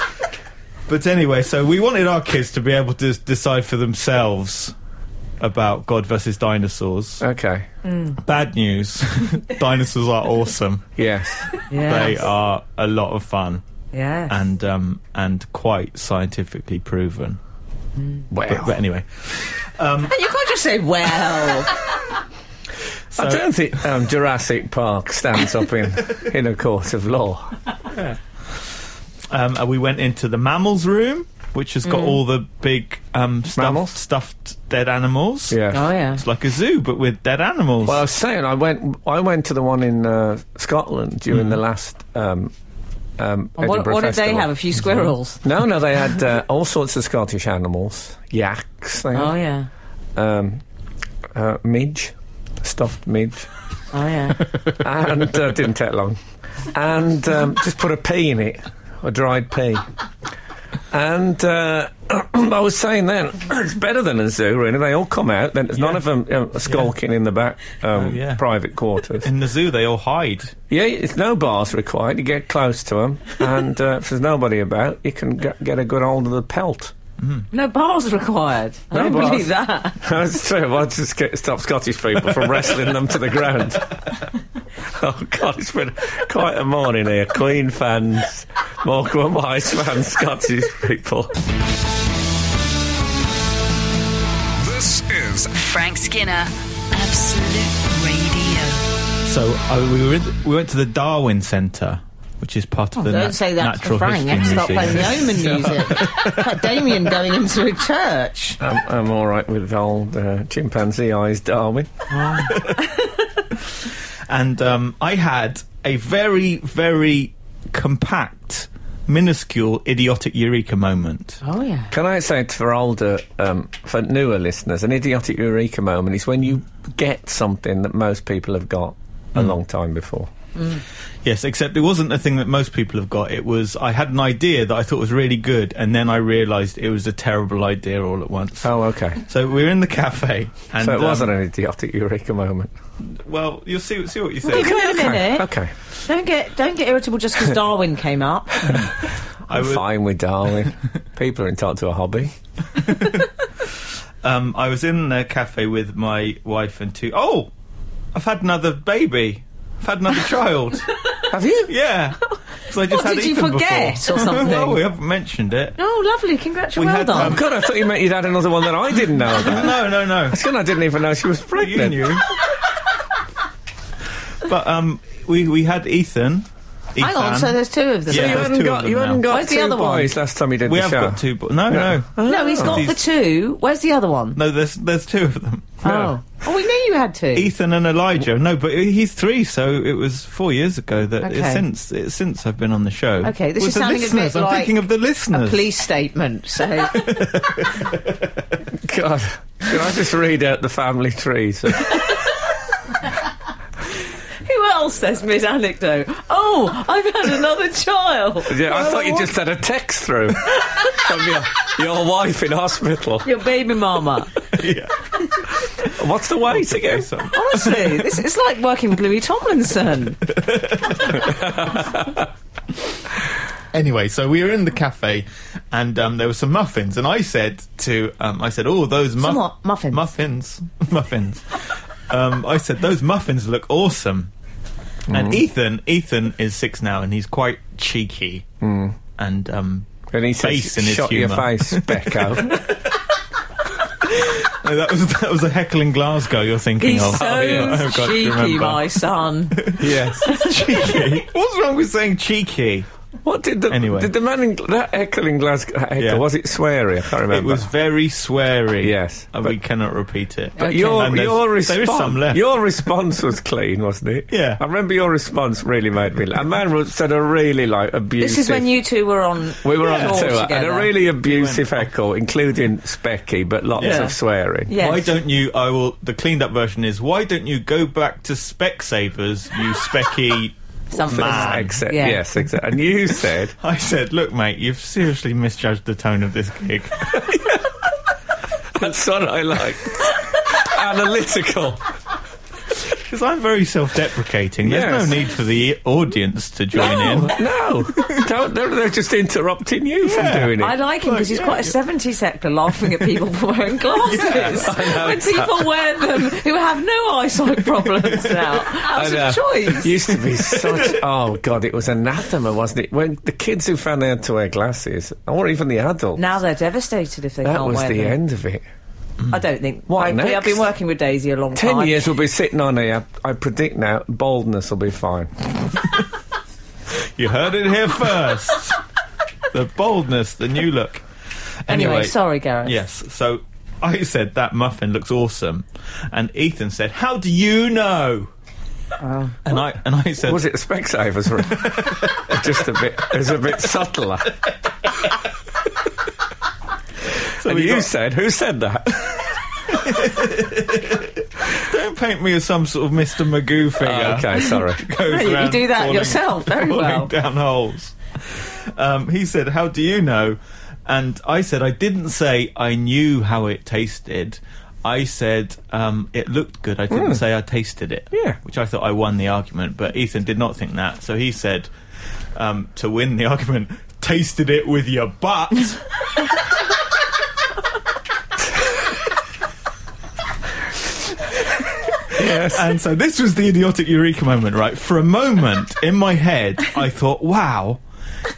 E: But anyway, so we wanted our kids to be able to s- decide for themselves about God versus dinosaurs.
C: Okay.
E: Bad news dinosaurs are awesome.
C: Yes.
E: They
D: Yes.
E: are a lot of fun
D: Yes.
E: and um, and quite scientifically proven. But,
C: Well,
E: but anyway,
D: And you can't just say, well.
C: I don't think um, Jurassic Park stands up in in a court of law.
E: um, and we went into the mammals room, which has
D: Mm.
E: got all the big um,
C: Mammals?
E: stuffed, stuffed dead animals.
C: Yeah.
D: oh, yeah.
E: It's like a zoo, but with dead animals.
C: Well, I was saying I went. I went to the one in uh, Scotland during the last. Um, um,
D: Mm. And What,
C: Edinburgh
D: what did they
C: Festival.
D: have? A few squirrels?
C: No, no, they had uh, all sorts of Scottish animals. Yaks, they
D: Oh,
C: had.
D: yeah.
C: Um, uh, midge, stuffed midge.
D: Oh, yeah.
C: And uh, didn't take long. And um, just put a pea in it, a dried pea. And uh, I was saying then, it's better than a zoo, really. They all come out, then there's none
E: Yeah.
C: of them you know, skulking in the back um,
E: Oh, yeah.
C: private quarters.
E: in the zoo, they all hide.
C: Yeah, it's no bars required. You get close to them, and uh, if there's nobody about, you can g- get a good hold of the pelt.
D: No bars required. I
C: No
D: don't
C: bars.
D: believe that.
C: That's true. Well, just get, stop Scottish people from wrestling them to the ground. oh God, it's been quite a morning here. Queen fans, Morecambe and Wise fans, Scottish people.
F: This is
A: Frank Skinner, Absolute Radio.
E: So uh, we, were in th- we went to the Darwin Centre, which is part of the
D: Oh, Don't
E: nat-
D: say that to
E: natural
D: Frank.
E: history
D: Let's stop
E: museum.
D: playing the Omen music. like Damien going into a church.
C: I'm, I'm all right with old uh, chimpanzee eyes, Darwin.
E: And um, I had a very, very compact, minuscule, idiotic eureka moment.
D: Oh, yeah.
C: Can I say for older, um, for newer listeners, an idiotic eureka moment is when you get something that most people have got a long time before.
E: Yes, except it wasn't the thing that most people have got. It was I had an idea that I thought was really good, and then I realised it was a terrible idea all at once.
C: Oh, okay.
E: So we were in the cafe, and
C: so it
E: um,
C: wasn't an idiotic eureka moment.
E: Well, you'll see. See what you
D: Wait
E: think.
D: a minute.
C: Okay.
D: Don't get don't get irritable just because Darwin came up.
E: I
C: I'm
E: was,
C: fine with Darwin. people are entitled to a hobby.
E: um, I was in the cafe with my wife and two oh, I've had another baby. I've had another child.
C: Have you?
E: Yeah. So I just
D: What,
E: had
D: did you
E: Ethan
D: forget
E: before.
D: or something?
E: well, we haven't mentioned it.
D: Oh, lovely. Congratulations.
E: We
D: Well
E: had,
D: done.
E: um,
C: God, I thought you meant you'd had another one that I didn't know about.
E: No, no, no.
C: It's good I didn't even know she was
E: You
C: pregnant.
E: knew. but um, we we had Ethan.
D: Hang on.
E: Ethan.
D: So there's two of them.
E: Yeah.
C: You
E: There's
C: hadn't
E: two of
C: got,
E: them
C: you hadn't
E: now.
C: got
D: Where's
C: two
D: the other one?
C: boys Oh, last time you did
E: we
C: the
E: have
C: show.
E: got two. Bo- no, no, no,
D: No, he's got
E: These-
D: the two. Where's the other one?
E: There's there's two of them.
D: Oh. Oh, we knew you had two.
E: Ethan and Elijah. No, but he's three, so it was four years ago that
D: Okay.
E: since since I've been on the show.
D: Okay, this
E: With
D: is
E: the
D: sounding a bit
E: listeners. I'm
D: like
E: thinking of the
D: a
E: listeners.
D: police statement. So
C: God, can I just read out the family tree? So-
D: who else says mid anecdote? Oh, I've had another child.
C: Yeah, I thought you just had a text through from your, your wife in hospital.
D: Your baby mama.
E: Yeah.
C: What's the weight again?
E: So-
D: Honestly, this it's like working with Louis Tomlinson.
E: Anyway, so we were in the cafe, and um, there were some muffins, and I said to, um, I said, oh, those
D: Some
E: muff-
D: what? Muffins?
E: muffins, muffins. um, I said those muffins look awesome,
C: Mm.
E: and Ethan, Ethan is six now, and he's quite cheeky,
C: Mm.
E: and um,
C: And he
E: Face
C: says,
E: in his
C: shut your
E: humour.
C: face, Becco.
E: that was that was a heckle in Glasgow. You're thinking
D: He's
E: of?
D: so
E: Oh, yeah. I've got to
D: cheeky,
E: remember.
D: my son.
C: yes.
E: cheeky. What's wrong with saying cheeky?
C: What did the
E: Anyway.
C: did the man in that heckle in Glasgow that heckle,
E: Yeah.
C: was it sweary? I can't
E: It
C: remember.
E: was very sweary.
C: Yes,
E: and we cannot repeat it.
C: But
D: Okay.
C: your
E: And there's-
C: your
E: there is
C: response
E: some left.
C: your response was clean, wasn't it?
E: Yeah.
C: I remember your response really made me. A man was- said a really like abusive.
D: This is when you two were on.
C: we were on
D: tour
C: tour and
D: together.
C: a really abusive heckle, including specky, but lots
E: Yeah.
C: of swearing.
D: Yes.
E: Why don't you? I will. The cleaned up version is why don't you go back to Specsavers, you specky
D: Something.
E: man?
C: Except,
D: Yeah.
C: Yes, exactly. And you said,
E: I said, look, mate, you've seriously misjudged the tone of this gig.
C: "That's what I like." Analytical.
E: Because I'm very self deprecating. There's
C: Yes.
E: no need for the audience to join in.
C: No, don't, they're, they're just interrupting you from doing it.
D: I like him because he's quite a 70s sector laughing at people for wearing glasses. when people wear them who have no eyesight problems now, out
C: know.
D: of choice.
C: Used to be such. Oh God, it was anathema, wasn't it? When the kids who found out to wear glasses, or even the adults,
D: Now they're devastated if they
C: that
D: can't
C: was
D: wear
C: the
D: them.
C: end of it.
D: I don't think.
C: Why
D: I, I've
C: next?
D: been working with Daisy a long
C: Ten
D: time.
C: years we'll be sitting on here. I predict now baldness will be fine.
E: You heard it here first. the boldness, the new look.
D: Anyway, sorry, Gareth.
E: Yes, so I said, that muffin looks awesome. And Ethan said, how do you know? and I and I said,
C: Was it the Specsavers room? just a bit. It was a bit subtler. and
E: we
C: you
E: got-
C: said, who said that?
E: don't paint me as some sort of Mr. Magoo figure.
C: Oh, okay, sorry.
E: goes
D: Right, you
E: round
D: do that
E: falling-
D: yourself very
E: falling
D: well.
E: down holes. Um, he said, "How do you know?" And I said, "I didn't say I knew how it tasted. I said um, it looked good. I
D: Hmm.
E: didn't say I tasted it."
C: Yeah.
E: which I thought I won the argument, but Ethan did not think that. So he said, um, to win the argument, tasted it with your butt.
C: Yes.
E: And so this was the idiotic eureka moment, right? For a moment in my head, I thought, wow,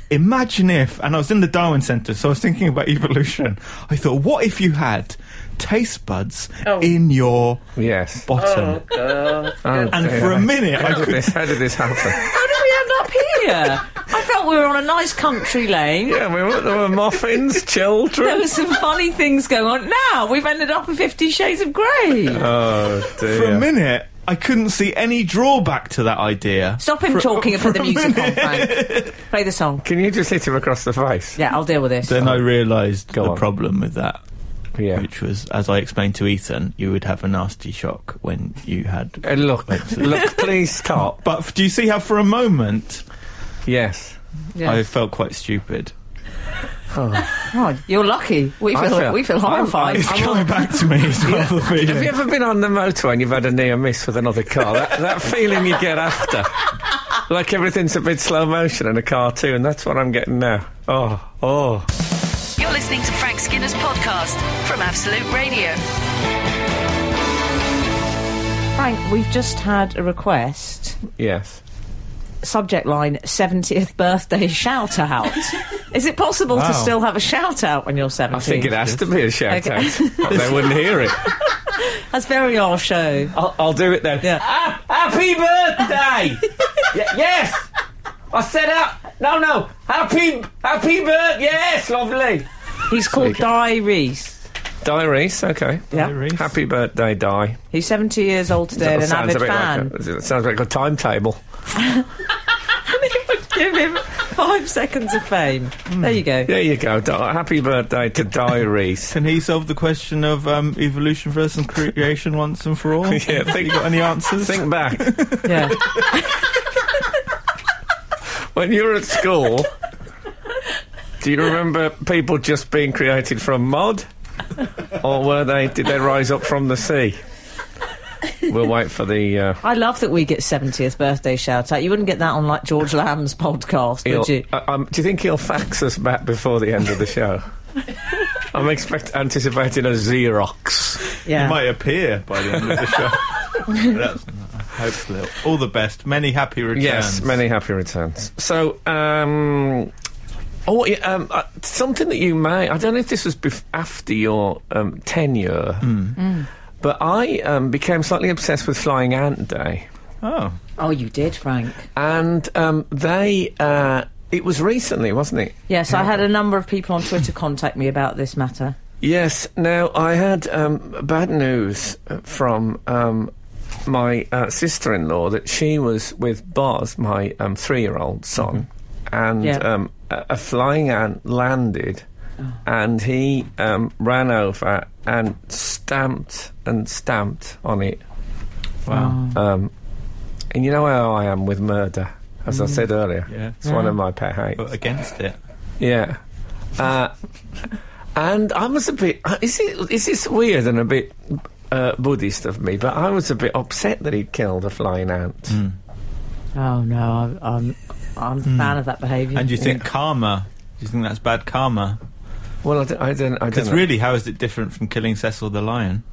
E: imagine if, and I was in the Darwin Centre, so I was thinking about evolution. I thought, what if you had taste buds in your
C: Yes.
E: bottom?
C: Oh,
E: and
C: dear.
E: for a minute, I
C: How did
E: could.
C: this, how did this happen?
D: How did we end up here? I felt we were on a nice country lane.
C: Yeah, we were, there were muffins,
D: There
C: children.
D: were some funny things going on. Now we've ended up in Fifty Shades of Grey.
C: Oh dear.
E: For a minute, I couldn't see any drawback to that idea.
D: Stop him talking and put the music on, Frank. Play the song.
C: Can you just hit him across the face?
D: Yeah, I'll deal with this.
E: Then I realised
C: Oh. Go
E: the
C: on.
E: problem with that,
C: Yeah.
E: which was, as I explained to Ethan, you would have a nasty shock when you had.
C: Uh, look, look, please stop.
E: But f- do you see how, for a moment,
C: Yes.
D: Yeah.
E: I felt quite stupid.
D: Oh, you're lucky. We
C: I
D: feel,
C: feel-
D: we feel
C: I'm-
D: horrified.
E: It's coming back to me as well. the feeling.
C: Have you ever been on the motorway and you've had a near miss with another car? That, that feeling you get after. Like everything's a bit slow motion in a cartoon. That's what I'm getting now. Oh, oh.
A: You're listening to Frank Skinner's podcast from Absolute Radio.
D: Frank, we've just had a request.
C: Yes.
D: Subject line 70th birthday shout out. Is it possible
E: Wow.
D: to still have a shout out when you're 17?
C: I think it has to be a shout
D: Okay.
C: out. they wouldn't hear it.
D: That's very our show.
C: I'll, I'll do it then.
D: Yeah.
C: Ah, happy birthday! Ye- yes! I said out. No, no. Happy, happy birthday. Yes, lovely.
D: He's called Di Reese.
C: Diaries, okay.
D: Yeah.
C: Happy birthday, Di.
D: He's 70 years old today and an
C: sounds
D: avid
C: a bit
D: fan.
C: Like a, sounds like a timetable.
D: Give him five seconds of fame. There you go.
C: There you go. Di- happy birthday to Diaries.
E: Can he solve the question of um, evolution versus creation once and for all?
C: Yeah, think-
E: you got any answers?
C: Think back
D: Yeah.
C: when you were at school. Do you remember people just being created from mud, or were they? Did they rise up from the sea? We'll wait for the. Uh,
D: I love that we get 70th birthday shout out. You wouldn't get that on like George Lamb's podcast,
C: he'll-
D: would you?
C: I- um, do you think he'll fax us back before the end of the show? I'm expect anticipating a Xerox.
E: It
D: Yeah.
E: might appear by the end of the show. That's- hopefully, all the best. Many happy returns.
C: Yes, many happy returns. So, um, oh, yeah, um, uh, something that you may, I don't know if this was bef- after your um, tenure, but I um, became slightly obsessed with Flying Ant Day.
E: Oh,
D: Oh, you did, Frank.
C: And um, they, uh, it was recently, wasn't it?
D: Yes, I had a number of people on Twitter contact me about this matter.
C: Yes. Now I had um, bad news uh, from um, my uh, sister-in-law that she was with Boz, my um, three-year-old son,
E: Mm-hmm.
C: and
D: Yeah.
C: um, a, a flying ant landed,
E: Oh.
C: and he um, ran over and stamped and stamped on it.
E: wow.
C: Um, and you know how I am with murder, as I said earlier.
E: Mm. Yeah.
C: It's one of my pet hates.
E: But against it.
C: Yeah. Uh, and I was a bit. uh, Is it? Is this weird and a bit uh, Buddhist of me? But I was a bit upset that he'd killed a flying ant.
E: Hmm.
D: Oh, no, I'm, I'm, I'm a fan of that behaviour.
E: And you think karma? Do you think that's bad karma?
C: Well, I, d- I don't. I don't.
E: Because
C: know.
E: really, how is it different from killing Cecil the lion?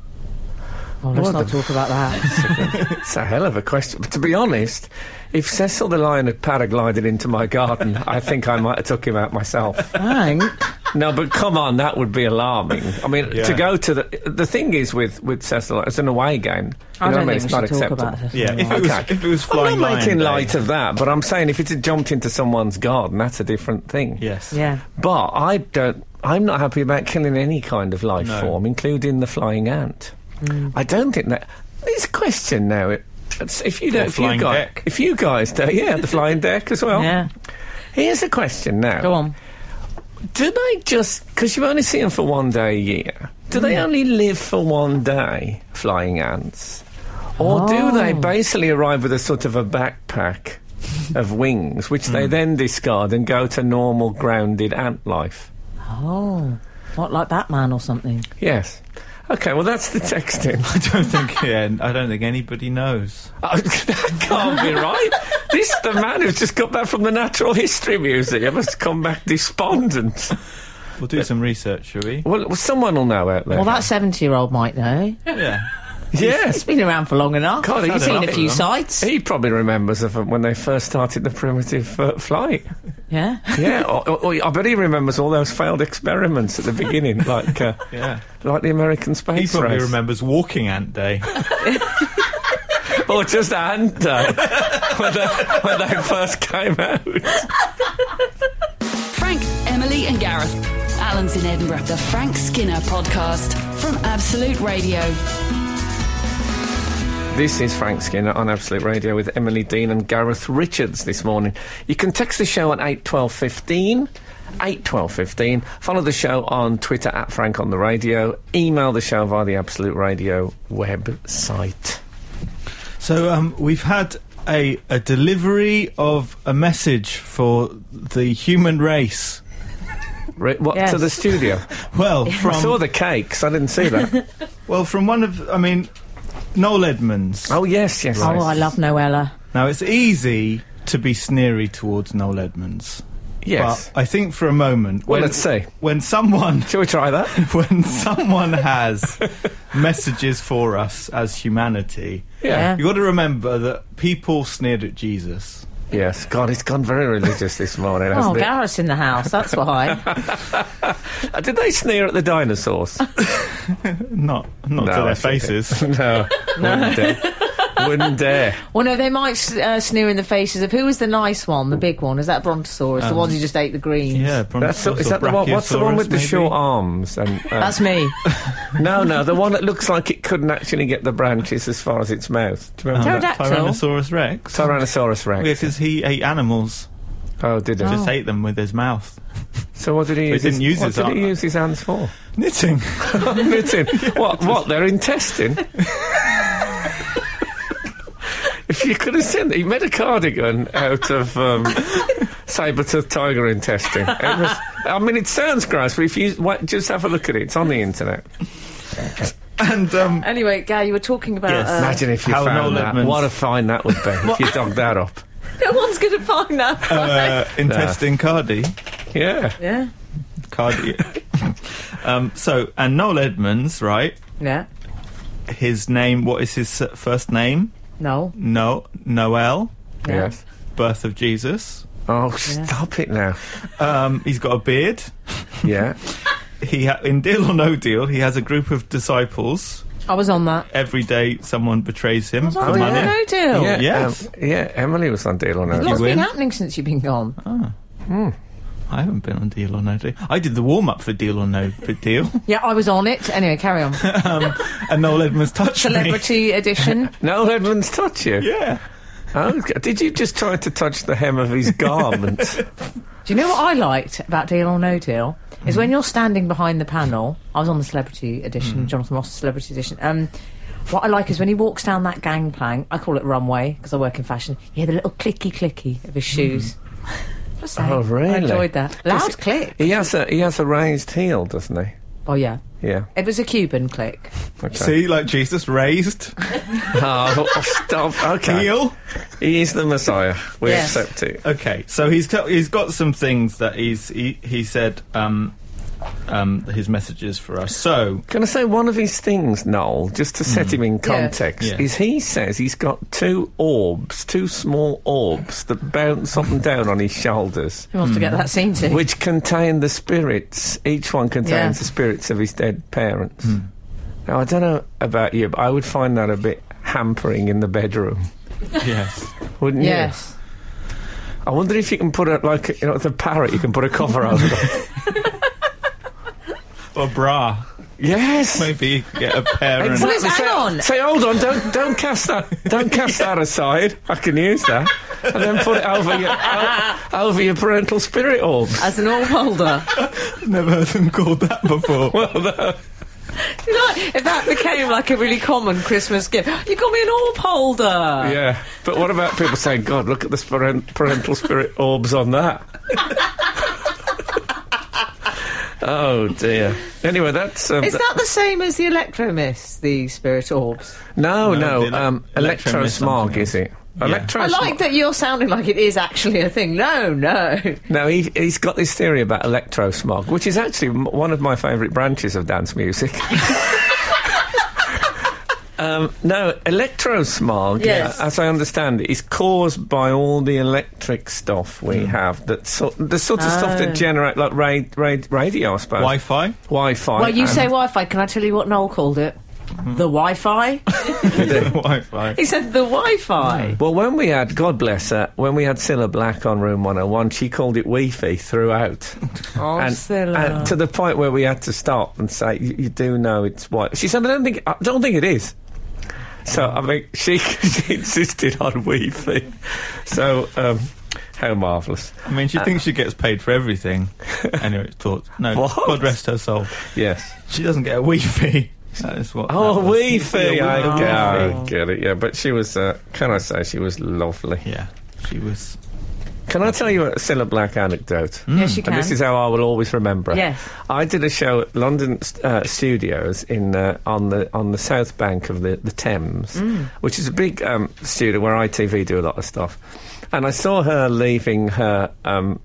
D: Oh, let's
C: What
D: not
C: the-
D: talk about that.
C: it's a hell of a question. But to be honest, if Cecil the lion had paraglided into my garden, I think I might have took him out myself.
D: Frank.
C: No, but come on, that would be alarming. I mean,
E: Yeah.
C: to go to the the thing is with with Cecil, it's an away game. You
D: I
C: know what
D: don't
C: I mean?
D: think
C: It's
D: we
C: not
D: should talk
C: acceptable.
D: about this.
E: Yeah, if
D: anymore.
E: it was if it was flying
C: I'm not making
E: lion day-
C: light of that, but I'm saying if it had jumped into someone's garden, that's a different thing.
E: Yes.
D: Yeah.
C: But I don't. I'm not happy about killing any kind of life
E: No. Mm.
C: form, including the flying ant. I don't think that. This question now. It, it's- if you don't, if you
E: flying
C: guys,
E: deck.
C: if you guys do, yeah, the flying deck as well.
D: Yeah.
C: Here's a question now.
D: Go on.
C: Do they just because you only see them for one day a year? Do
D: Hmm.
C: they only live for one day, flying ants, or
D: Oh.
C: do they basically arrive with a sort of a backpack of wings, which
D: Hmm.
C: they then discard and go to normal grounded ant life?
D: Oh. What, like Batman or something?
C: Yes. Okay, well that's the texting. Oh,
E: I don't think. Yeah, I don't think anybody knows.
C: that can't be right. This the man who's just got back from the Natural History Museum has come back despondent.
E: We'll do some research, shall we?
C: Well, someone will know out there.
D: Well, that 70 year old might know.
E: Yeah.
C: yes,
D: It's been around for long enough.
C: God,
D: He's
C: he's
D: seen
C: had
D: a
E: enough
D: few
E: of them.
D: sights.
C: He probably remembers of when they first started the primitive uh, flight.
D: Yeah.
C: Yeah, or, or, or I bet he remembers all those failed experiments at the beginning, like uh,
E: Yeah.
C: like the American
E: He
C: space
E: probably
C: race,
E: remembers Walking Ant Day.
C: or just Ant Day when, they, when they first came out.
G: Frank, Emily, and Gareth. Alan's in Edinburgh. The Frank Skinner Podcast from Absolute Radio.
C: This is Frank Skinner on Absolute Radio with Emily Dean and Gareth Richards this morning. You can text the show on eight twelve fifteen. 8 12 15. Follow the show on Twitter at Frank on the Radio. Email the show via the Absolute Radio website.
E: So um, we've had a, a delivery of a message for the human race.
C: Re- what
D: Yes.
C: to the studio?
E: Well,
C: I saw
E: from
C: the cakes. I didn't see that.
E: well, from one of I mean, Noel Edmonds.
C: oh yes, yes.
D: Oh, I love Noella.
E: Now it's easy to be sneery towards Noel Edmonds,
C: yes.
E: but I think for a moment,
C: well,
E: when,
C: let's see.
E: when someone
C: Shall we try that?
E: when someone has messages for us as humanity,
D: Yeah.
E: you got to remember that people sneered at Jesus.
C: Yes. God, it's gone very religious this morning,
D: Oh,
C: hasn't it?
D: Gareth's in the house. That's why.
C: Uh, Did they sneer at the dinosaurs?
E: Not not to
C: I
E: their
C: think
E: faces.
C: it- no. Wouldn't dare. Wouldn't dare.
D: well, no, they might uh, sneer in the faces of who was the nice one, the big one? Is that Brontosaurus, the one who just ate the greens?
E: Yeah,
C: That's the, is that the one? What's the one with the short arms? And uh,
D: That's me.
C: no, no, the one that looks like it couldn't actually get the branches as far as its mouth. Do you remember?
D: Um,
C: that?
D: Pterodactyl?
E: Uh, Tyrannosaurus Rex.
C: Tyrannosaurus
E: Yeah,
C: Rex.
E: because he ate animals,
C: Oh, did it?
E: just ate them with his mouth.
C: So what did he
E: He
C: use?
E: didn't
C: his,
E: use
C: what
E: his
C: did he
E: arm.
C: use his hands for?
E: Knitting.
C: knitting. What? What? Their intestine. if you could have seen that, he made a cardigan out of um, saber-tooth tiger intestine. It was, I mean, it sounds gross, but if you wa just have a look at it, it's on the internet.
E: and um,
D: Anyway, Gary, you were talking about.
E: Yes.
D: uh,
C: Imagine if you
E: How
C: found
E: Noel
C: that.
E: Edmonds-
C: What a find that would be if you dug that up.
D: no one's going to find that.
E: uh, intestine cardi.
C: Yeah.
D: yeah.
E: Cardi. um, so, and Noel Edmonds, right?
D: Yeah.
E: His name, what is his uh, first name?
D: No.
E: No, Noel,
D: Yeah.
C: Yes.
E: birth of Jesus.
C: Oh, stop it now.
E: Um, he's got a beard.
C: Yeah.
E: He ha- in Deal or No Deal, he has a group of disciples.
D: I was on that.
E: Every day, someone betrays him for
D: Oh,
E: money.
D: yeah. No deal.
C: yeah.
E: yes.
C: um, yeah. Emily was on Deal or No.
D: What's
C: Deal.
E: win?
D: been happening since you've been gone?
E: I haven't been on Deal or No Deal. I did the warm up for Deal or No Deal,
D: Yeah, I was on it. Anyway, carry on.
E: and Noel Edmonds touched me.
D: Celebrity edition.
C: Noel Edmonds touch you.
E: Yeah.
C: Oh, g- did you just try to touch the hem of his garment?
D: Do you know what I liked about Deal or No Deal?
C: Hmm.
D: Is when you're standing behind the panel. I was on the Celebrity
C: Hmm.
D: Edition, Jonathan Ross Celebrity Edition. Um, what I like is when he walks down that gangplank. I call it runway because I work in fashion. You hear the little clicky clicky of his shoes. Just saying.
C: Hmm. Oh, really?
D: I enjoyed that loud click.
C: he has a he has a raised heel, doesn't he?
D: Oh yeah,
C: Yeah.
D: it was a Cuban click.
C: Okay.
E: See, like Jesus raised
C: Oh, oh, stop. Okay.
E: Deal.
C: He is the Messiah. We
D: Yes.
C: accept it.
E: Okay, so he's t- he's got some things that he's he, he said um, um, his messages for us. So
C: Can I say one of his things, Noel, just to set him in context,
E: Mm. Yeah.
C: is he says he's got two orbs, two small orbs that bounce up and down on his shoulders,
D: Who wants to get that scene to?
C: Hmm. which contain the spirits. Each one contains
D: Yeah.
C: the spirits of his dead parents.
E: Hmm.
C: Now, I don't know about you, but I would find that a bit hampering in the bedroom,
E: yes,
C: wouldn't you?
D: yes.
C: I wonder if you can put a like you know the parrot. You can put a cover over. them.
E: or bra,
C: Yes.
E: maybe you could get a pair. and-
D: Well, it's
C: Say-
D: hang on.
C: Say hold on. Don't don't cast that. Don't cast that aside. I can use that, and then put it over your o- over your parental spirit orbs.
D: As an all holder,
E: Never heard them called that before.
D: if that became like a really common Christmas gift, you got me an orb holder.
C: Yeah. But what about people saying, "God, look at the parent- parental spirit orbs on that." oh dear. Anyway, that's um,
D: Is that the same as the electromist, the spirit orbs?
C: no,
E: No,
C: no.
E: the ele-
C: um,
E: electron is
C: electrosmog
E: something
C: is it?
E: Yeah.
D: I
C: Electrosmog.
D: like that you're sounding like it is actually a thing. No, no.
C: Now, he, he's got this theory about electrosmog, which is actually m- one of my favourite branches of dance music. um, no, electrosmog,
D: Yes.
C: uh, as I understand it, is caused by all the electric stuff we have. That sort, the sort of stuff
D: Oh.
C: that generate, like ra- ra- radio, I suppose.
E: Wi-Fi.
C: Wi-Fi.
D: Well, you
C: and-
D: say Wi-Fi. Can I tell you what Noel called it? The Wi-Fi.
E: Wi-Fi.
D: Mm-hmm. he said the Wi-Fi.
C: Well, when we had, God bless her, when we had Cilla Black on Room 101, she called it Wi-Fi throughout.
D: Oh,
C: and,
D: Scylla.
C: and to the point where we had to stop and say, "You, you do know it's white." She said, "I don't think, I don't think it is." So I mean, she, she insisted on weeping. So um, how marvellous!
E: I mean, she thinks she gets paid for everything. Anyway, it's thought. No,
C: What?
E: God rest her soul.
C: Yes.
E: She doesn't get a wee fee. That is what.
C: Oh,
E: that was.
C: weeping!
E: Yeah,
C: I,
E: wee
C: get-
E: fee.
C: I get it. Yeah, but she was. Uh, can I say she was lovely?
E: Yeah, she was.
C: Can I tell you a Cilla Black anecdote?
D: yes, you can.
C: And this is how I will always remember. it.
D: Yes.
C: I did a show at London uh, Studios in uh, on the on the south bank of the, the Thames,
D: Mm.
C: which is a big um, studio where ITV do a lot of stuff. And I saw her leaving her um,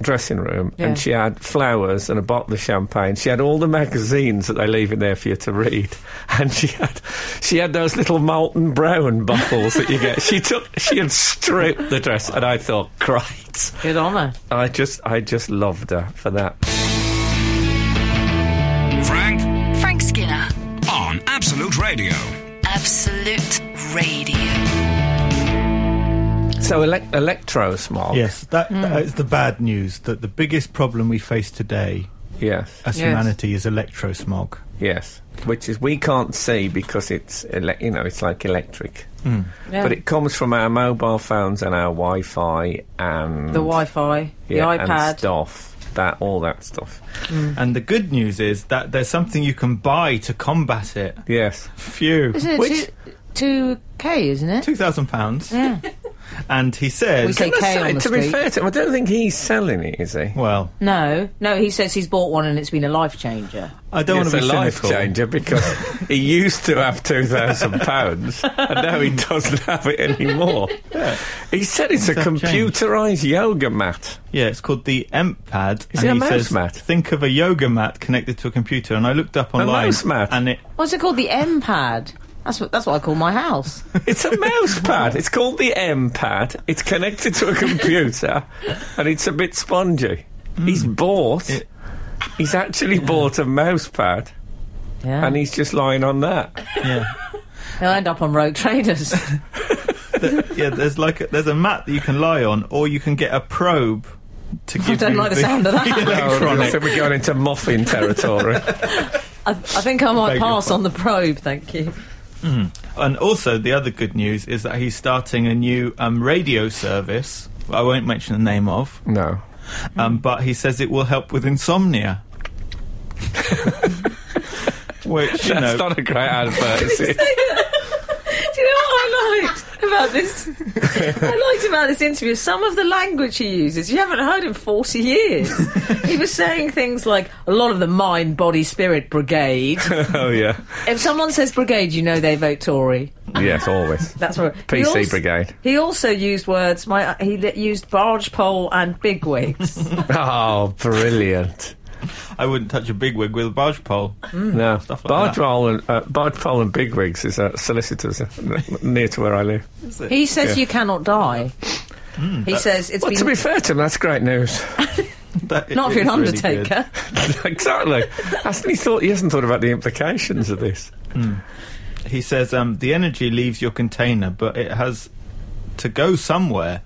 C: dressing room,
D: Yeah.
C: and she had flowers and a bottle of champagne. She had all the magazines that they leave in there for you to read, and she had she had those little molten brown bottles that you get. She took she had stripped the dress, and I thought, great.
D: Good honour.
C: I just, I just loved her for that.
F: Frank
G: Frank Skinner,
F: on Absolute Radio.
G: Absolute Radio.
C: So elec electro smog.
E: Yes, that,
D: Hmm.
E: that is the bad news. That the biggest problem we face today
C: Yes.
E: as
D: Yes.
E: humanity is electrosmog.
C: Yes. Which is we can't see because it's ele- you know it's like electric,
D: Yeah.
C: but it comes from our mobile phones and our Wi-Fi and
D: the Wi-Fi,
C: yeah,
D: the
C: and
D: iPad.
C: stuff that all that stuff.
E: And the good news is that there's something you can buy to combat it.
C: Yes.
E: Phew.
D: Isn't it
E: Which
D: two, two K? Isn't it?
E: two thousand pounds?
D: Yeah.
E: and he says,
D: We say
C: Can I
D: K
C: say,
D: on the
C: to be
D: street.
C: fair to him, I don't think he's selling it, is he?
E: "Well,
D: No, no, he says he's bought one and it's been a life changer.
E: I don't
C: it's
E: want to
C: a
E: be
C: life
E: cynical."
C: changer because he used to have two thousand pounds, and now he doesn't have it anymore. He said it's a
E: have changed.
C: computerized yoga mat.
E: Yeah, it's called the Emp Pad.
C: Is
E: and
C: it a
E: he
C: mouse
E: says,
C: mat?
E: Think of a yoga mat connected to a computer, and I looked up online.
C: mouse mat?
E: And it,
D: What's it called? The M pad. That's what that's what I call my house.
C: It's a mouse pad. It's called the M pad. It's connected to a computer, and it's a bit spongy. He's bought.
E: It-
C: he's actually bought a mouse pad,
D: Yeah,
C: and he's just lying on that.
E: yeah.
D: he'll end up on rogue traders.
E: yeah, there's like a, there's a mat that you can lie on, or you can get a probe to give.
D: I don't
E: you
D: like the sound of that.
E: Oh, electronic.
C: So we're going into muffin territory.
D: I, I think I might
E: Beg your
D: pass on the probe. Thank you.
E: And also, the other good news is that he's starting a new um, radio service. I won't mention the name of,
C: no.
E: um, but he says it will help with insomnia. Which you know,
C: That's not a great advert. Is it?
D: Do you know what I liked about this? I liked about this interview some of the language he uses. You haven't heard in 40 years. he was saying things like a lot of the mind, body, spirit brigade.
C: Oh yeah.
D: if someone says brigade, you know they vote Tory.
C: Yes, always.
D: That's what
C: PC
D: he als-
C: brigade.
D: He also used words. My he li- used barge pole and bigwigs.
C: Oh, brilliant.
E: I wouldn't touch a big wig with a barge pole.
C: No,
E: Mm. Stuff like
C: Bard
E: that.
C: Roll and uh, Bard Roll and Bigwigs is a solicitor's uh, n- near to where I live.
D: he says
C: Yeah.
D: you cannot die. he says it's
C: Well,
D: been
C: to be fair to him, that's great news.
E: That-
D: not
E: it-
D: if you're an
E: it's really good.
D: undertaker.
C: exactly. Hasn't he thought? He hasn't thought about the implications of this.
E: He says um, the energy leaves your container, but it has to go somewhere.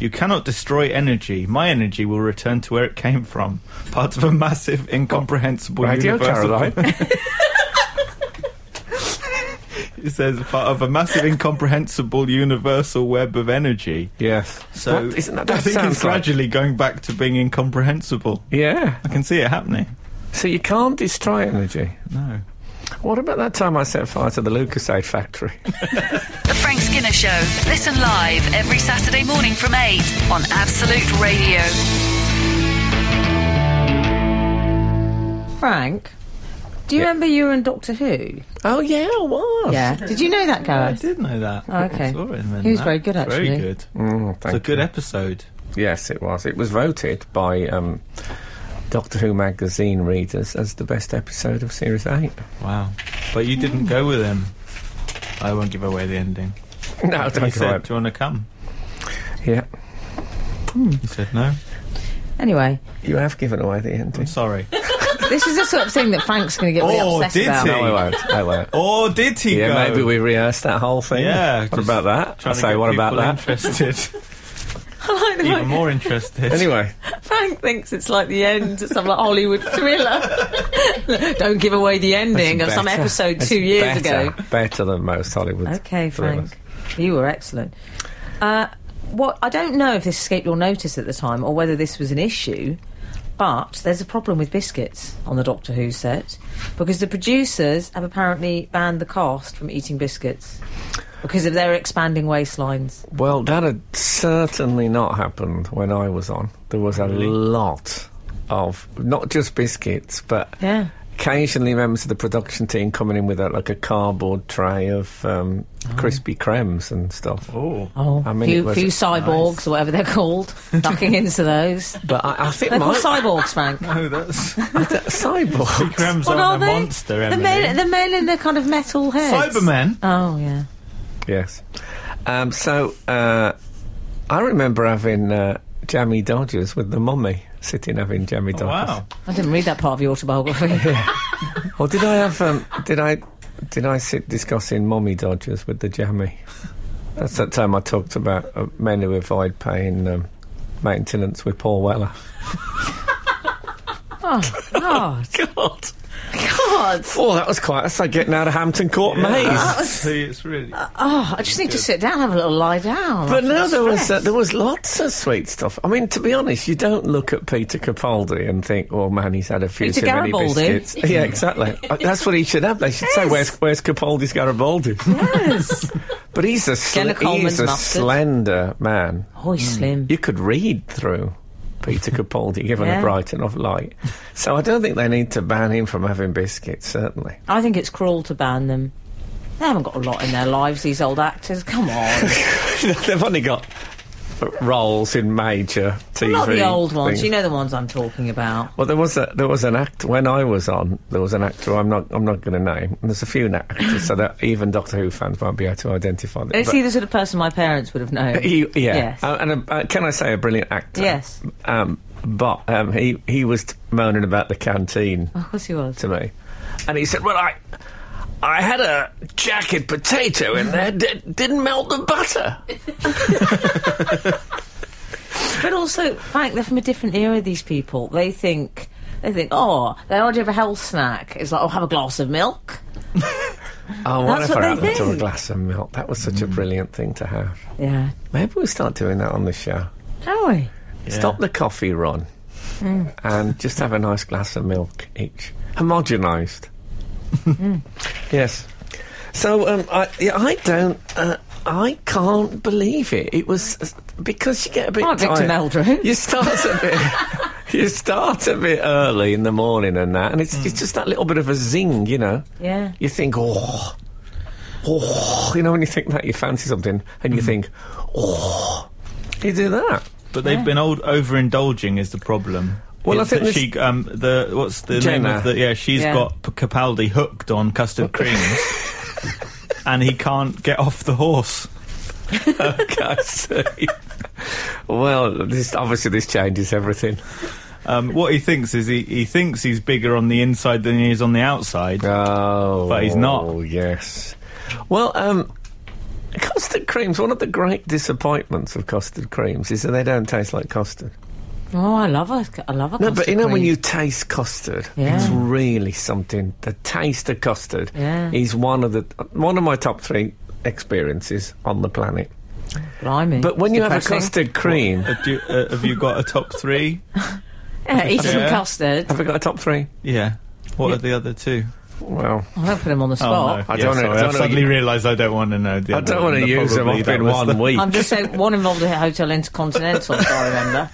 E: You cannot destroy energy. My energy will return to where it came from, part of a massive, incomprehensible
C: Radio
E: universal.
C: Caroline.
E: He says part of a massive, incomprehensible universal web of energy.
C: yes.
E: So
C: What- isn't that,
E: I
C: that
E: think
C: sounds
E: it's gradually going back to being incomprehensible.
C: Like, yeah.
E: I can see it happening.
C: So you can't destroy energy.
E: No.
C: What about that time I set fire to the Lucasade factory?
A: The Frank Skinner Show. Listen live every Saturday morning from 8 on Absolute Radio.
D: Frank, do you remember you were in Doctor Who?
C: Oh yeah, I was.
D: Yeah. Did you know that,
E: I
D: Gareth?
E: did know that.
D: Oh, okay.
E: I saw it in
D: He was
E: that.
D: very good, actually.
E: Very good.
C: Mm,
E: It's
C: thank
E: a good
C: you.
E: episode.
C: Yes, it was. It was voted by um, Doctor Who magazine readers as the best episode of Series 8.
E: Wow. But you didn't go with him. I won't give away the ending.
C: No,
E: he
C: don't go
E: said,
C: on.
E: Do you want to come?
C: Yeah,
E: He said, No.
D: Anyway,
C: you have given away the ending.
E: I'm sorry.
D: this is the sort of thing that Frank's going to get really
E: Oh,
D: obsessed
E: did
D: about.
E: he?
C: No, I won't. I won't.
E: or did he
C: Yeah,
E: go?
C: maybe we rehearse that whole thing.
E: Yeah.
C: What
E: just
C: about that?
E: Trying
C: I
E: to
C: say,
E: get
C: what about
E: people
C: that?
E: Interested.
D: I like the
E: Even
D: way
E: more interested.
C: Anyway,
D: Frank thinks it's like the end of some like Hollywood thriller. Don't give away the ending of
C: That's
D: some
C: better.
D: episode
C: That's
D: two years
C: better,
D: ago.
C: Better than most Hollywood.
D: Okay,
C: thrillers.
D: Frank, you were excellent. Uh, what I don't know if this escaped your notice at the time or whether this was an issue, but there's a problem with biscuits on the Doctor Who set because the producers have apparently banned the cast from eating biscuits because of their expanding waistlines.
C: Well, that had certainly not happened when I was on. There was a lot of not just biscuits, but
D: Yeah.
C: occasionally members of the production team coming in with a, like a cardboard tray of um, Krispy Kremes and stuff.
E: Oh.
D: Oh,
C: I mean, it
D: few,
C: was
D: few cyborgs or whatever they're called, ducking into those.
C: But I, I think
D: They're
C: my
D: called cyborgs, Frank.
E: No, that's.
C: cyborg.
E: Graham's
D: What are
E: on a
D: they?
E: monster,
D: the
E: Emily.
D: men, the men in the kind of metal heads.
E: Cybermen.
D: Oh yeah.
C: Yes. Um, so uh, I remember having uh, Jammy Dodgers with the mummy sitting having Jammy
E: Oh,
C: Dodgers.
E: wow.
D: I didn't read that part of your autobiography.
C: Or did I have? Um, did I? Did I sit discussing mummy Dodgers with the Jammy? That's that time I talked about uh, men who avoid paying um, maintenance with Paul Weller.
D: oh, God.
C: God.
D: God.
C: Oh, that was quite. That's like getting out of Hampton Court Maze.
E: See, it's really.
D: Oh, I just need to sit down, have a little lie down.
C: But
D: I
C: no,
D: feel
C: there was uh,
D: stressed.
C: there was lots of sweet stuff. I mean, to be honest, you don't look at Peter Capaldi and think, "Oh man, he's had a few
D: Peter
C: too
D: Garibaldi.
C: many biscuits." yeah, exactly. Uh, That's what he should have. They should say,
D: Yes.
C: "Where's where's Capaldi's Garibaldi?"
D: Yes.
C: but he's a sl-
D: Jenna
C: he's
D: Coleman's
C: a
D: mustard.
C: slender man.
D: oh, he's slim.
C: Hmm. You could read through Peter Capaldi, given
D: Yeah.
C: a bright enough light. So I don't think they need to ban him from having biscuits. Certainly.
D: I think it's cruel to ban them. They haven't got a lot in their lives, these old actors. Come on.
C: They've only got roles in major TV.
D: Not the old ones.
C: things.
D: You know the ones I'm talking about.
C: Well, there was a, there was an act when I was on. There was an actor I'm not I'm not going to name. And there's a few na- actors, so that even Doctor Who fans won't be able to identify them.
D: It's
C: But
D: either the sort of person my parents would have known.
C: he- yeah,
D: Yes.
C: Uh, and a, uh, can I say a brilliant actor?
D: Yes.
C: Um, but um, he he was t- moaning about the canteen
D: of course he was.
C: to me, and he said, "Well, I." I had a jacket potato in there. D- didn't melt the butter.
D: But also, Frank, they're from a different era. These people, they think they think, oh, they already have a health snack. It's like, oh, have a glass of milk.
C: Oh, what Mm.
D: That's
C: if
D: what
C: I
D: they
C: had them to a
D: think.
C: glass of milk? That was such a brilliant thing to have.
D: Yeah,
C: Maybe we'll start doing that on the show.
D: are we?
C: Stop the coffee run
D: Hmm.
C: and just have a nice glass of milk each. Homogenised.
D: Hmm.
C: yes. So um, I, yeah, I don't. Uh, I can't believe it. It was because you get a bit
D: Right, Victor
C: tired.
D: Meldrew.
C: You start a bit. you start a bit early in the morning and that, and it's, it's just that little bit of a zing, you know.
D: Hmm. Yeah.
C: You think, oh, oh, you know, when you think that you fancy something, and
D: Hmm.
C: you think, oh, you do that.
E: But they've been old overindulging is the problem.
C: Well, I
E: It's
C: think
E: that
C: this-
E: she, um, the what's the name
C: Jenna.
E: of the? Yeah, she's
D: Yeah.
E: got P- Capaldi hooked on custard creams, and he can't get off the horse.
C: I see. well, this obviously this changes everything.
E: Um, what he thinks is he, he thinks he's bigger on the inside than he is on the outside.
C: Oh,
E: But he's not.
C: Oh, yes. Well, um, custard creams. One of the great disappointments of custard creams is that they don't taste like custard.
D: Oh, I love a, I love a.
C: No, but
D: custard
C: you know when
D: cream.
C: you taste custard,
D: Yeah.
C: it's really something. The taste of custard
D: Yeah.
C: is one of the one of my top three experiences on the planet.
D: Blimey.
C: But when
D: It's
C: you have a
D: depressing.
C: custard cream,
E: Have you, uh, have you got a top three?
D: yeah, eat some
E: Yeah.
D: custard.
C: have I got a top three?
E: Yeah. What are the other two?
C: Well,
D: I don't put him on the
E: Oh,
D: spot.
E: no.
C: I
E: Yeah,
C: don't wanna-
E: sorry,
C: I don't
E: I've
C: wanna-
E: suddenly realised I don't want to know the
C: I
E: other
C: don't
E: one,
C: want to
E: and
C: use them
E: probably
C: up
E: that
C: in
E: was the-
C: one week.
D: I'm just saying, one involved a hotel intercontinental, if I remember.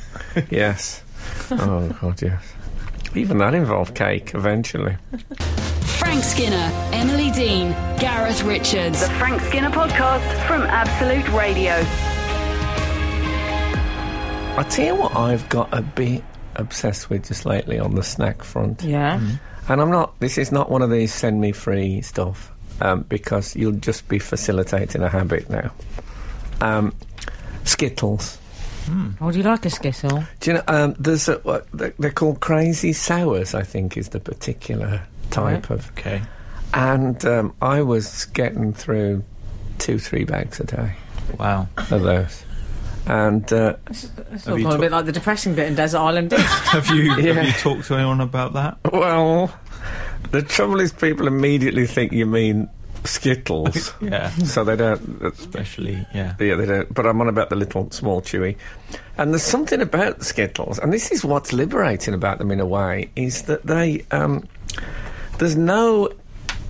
C: Yes. Oh God, yes. Even that involved cake eventually.
G: Frank Skinner, Emily Dean, Gareth Richards.
A: The Frank Skinner Podcast from Absolute Radio.
C: I tell you what, I've got a bit obsessed with just lately on the snack front,
D: Yeah.
C: and I'm not. This is not one of these send me free stuff um, because you'll just be facilitating a habit now. Um, Skittles.
D: Would you like a skittle?
C: Do you know? Um, there's a, what, they're they're called crazy sours. I think is the particular type of
E: Okay.
C: And um, I was getting through two, three bags a day
E: Wow.
C: of those. And uh,
D: It's all
E: you
D: gone a
E: took-
D: bit like the depressing bit in Desert Island Disc.
E: Have you
C: Yeah.
E: have you talked to anyone about that?
C: well, the trouble is, people immediately think you mean Skittles,
E: Yeah.
C: so they don't.
E: Especially, yeah.
C: Yeah, they don't. But I'm on about the little small chewy. And there's something about Skittles, and this is what's liberating about them in a way, is that they. Um, there's no.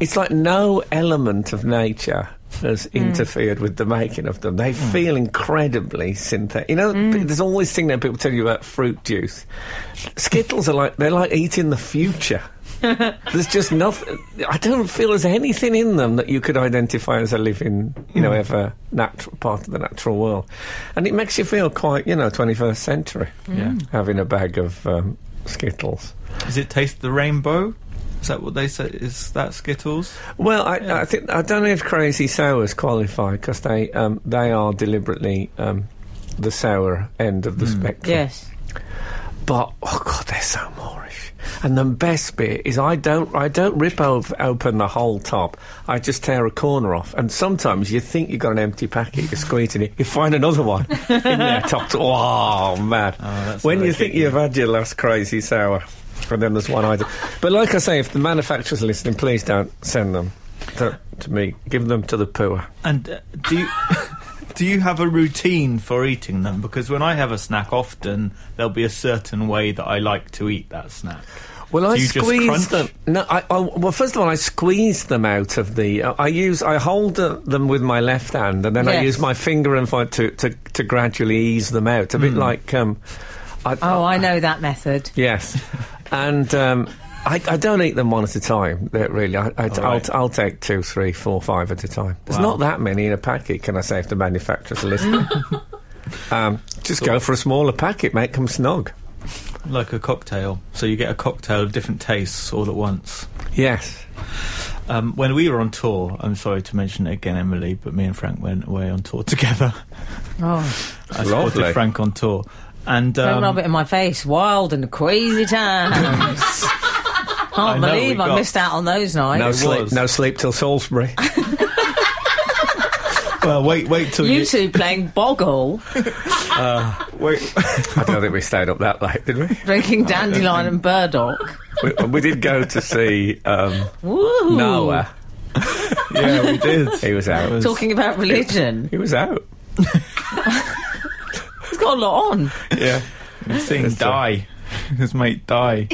C: It's like no element of nature has interfered with the making of them. They feel incredibly synthetic. You know, p- there's all this thing that people tell you about fruit juice. Skittles are like. They're like eating the future. There's just nothing. I don't feel there's anything in them that you could identify as a living, you know, ever natural part of the natural world, and it makes you feel quite, you know, 21st century
E: Yeah.
C: having a bag of um, Skittles.
E: Does it taste the rainbow? Is that what they say? Is that Skittles?
C: Well, I, I think I don't know if crazy sours qualify because they um, they are deliberately um, the sour end of the spectrum.
D: yes.
C: but oh god, they're so Moorish. And the best bit is I don't I don't rip ov- open the whole top. I just tear a corner off. And sometimes you think you've got an empty packet, you're squeezing it, you find another one in there, top. Oh man!
E: that's
C: when
E: how
C: you
E: they
C: think
E: get you.
C: you've had your last crazy sour, But then there's one item. But like I say, if the manufacturers are listening, please don't send them to, to me. Give them to the poor.
E: And uh, do you, do you have a routine for eating them? Because when I have a snack, often there'll be a certain way that I like to eat that snack.
C: Well,
E: Do
C: I
E: you just
C: squeeze
E: crunch?
C: them. No, I, I, well, first of all, I squeeze them out of the. uh, I, I use. I hold uh, them with my left hand, and then I
D: Yes.
C: use my finger and foot to, to to gradually ease them out. A
E: Hmm.
C: bit like. Um, I,
D: Oh, I know that method.
C: Yes, and um, I, I don't eat them one at a time. they're Really, I, I,
E: All
C: I'll,
E: right.
C: I'll take two, three, four, five at a time. There's
E: Wow.
C: not that many in a packet. Can I say if the manufacturer's are listening? um, just go for a smaller packet, mate. Come snog.
E: Like a cocktail. So you get a cocktail of different tastes all at once.
C: Yes.
E: Um, when we were on tour, I'm sorry to mention it again, Emily, but me and Frank went away on tour together.
D: Oh,
E: I supported
C: Lovely.
E: Frank on tour. And
D: don't rub
E: um,
D: it in my face. Wild and crazy times.
E: I
D: Can't
E: know,
D: believe
E: we
D: I
E: got-
D: missed out on those nights.
C: No
E: It
C: sleep.
E: was.
C: No sleep till Salisbury.
E: well, wait, wait till you,
D: You two playing Boggle,
E: wait.
C: I don't think we stayed up that late, did we?
D: drinking dandelion and burdock.
C: We, we did go to see um,
D: Woo!
C: Noah.
E: yeah, we did.
C: He was out.
E: was-
D: Talking about religion.
C: He was out.
D: He's got a lot on.
E: Yeah, we seen
C: That's
E: die. His mate die.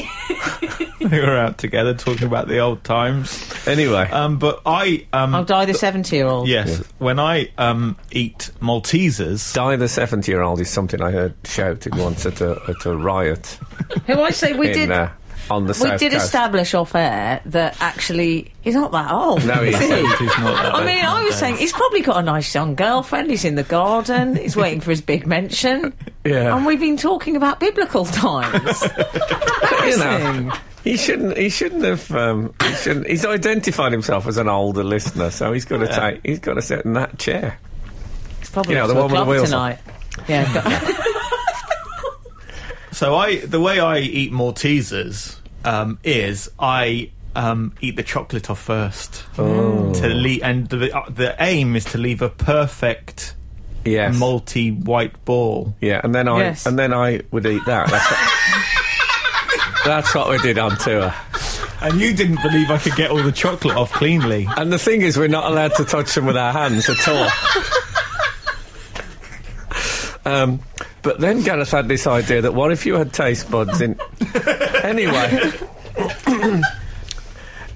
E: they were out together talking about the old times.
C: Anyway,
D: Uh,
E: Um, but I um,
D: I'll die the 70 year old.
E: Yes. When I um, eat Maltesers,
C: die the seventy-year-old is something I heard shouted once at a at a riot.
D: Who I say we
C: in,
D: did.
C: uh, on the
D: we
C: south
D: did
C: coast.
D: establish off air that actually he's not that old.
C: No, he
D: is
C: isn't.
E: he's not that
D: I mean, I was
E: bad.
D: saying he's probably got a nice young girlfriend. He's in the garden. He's waiting for his big mention.
C: Yeah.
D: And we've been talking about biblical times.
C: you know,
D: Embarrassing.
C: he shouldn't. He shouldn't have. Um, he shouldn't, he's identified himself as an older listener, so he's got to take. He's got to sit in that chair.
D: He's probably
C: You know,
D: off
C: the
D: to a
C: one with the
D: club
C: wheels on.
D: tonight. Yeah, go-
E: So I, the way I eat Maltesers um, is I um, eat the chocolate off first, to le- and the, uh, the aim is to leave a perfect
C: Yes.
E: multi white ball.
C: yeah, and then I
D: Yes.
C: and then I would eat that. That's what, that's what we did on tour.
E: And you didn't believe I could get all the chocolate off cleanly.
C: And the thing is, we're not allowed to touch them with our hands at all. um, but then Gareth had this idea that what if you had taste buds in. anyway.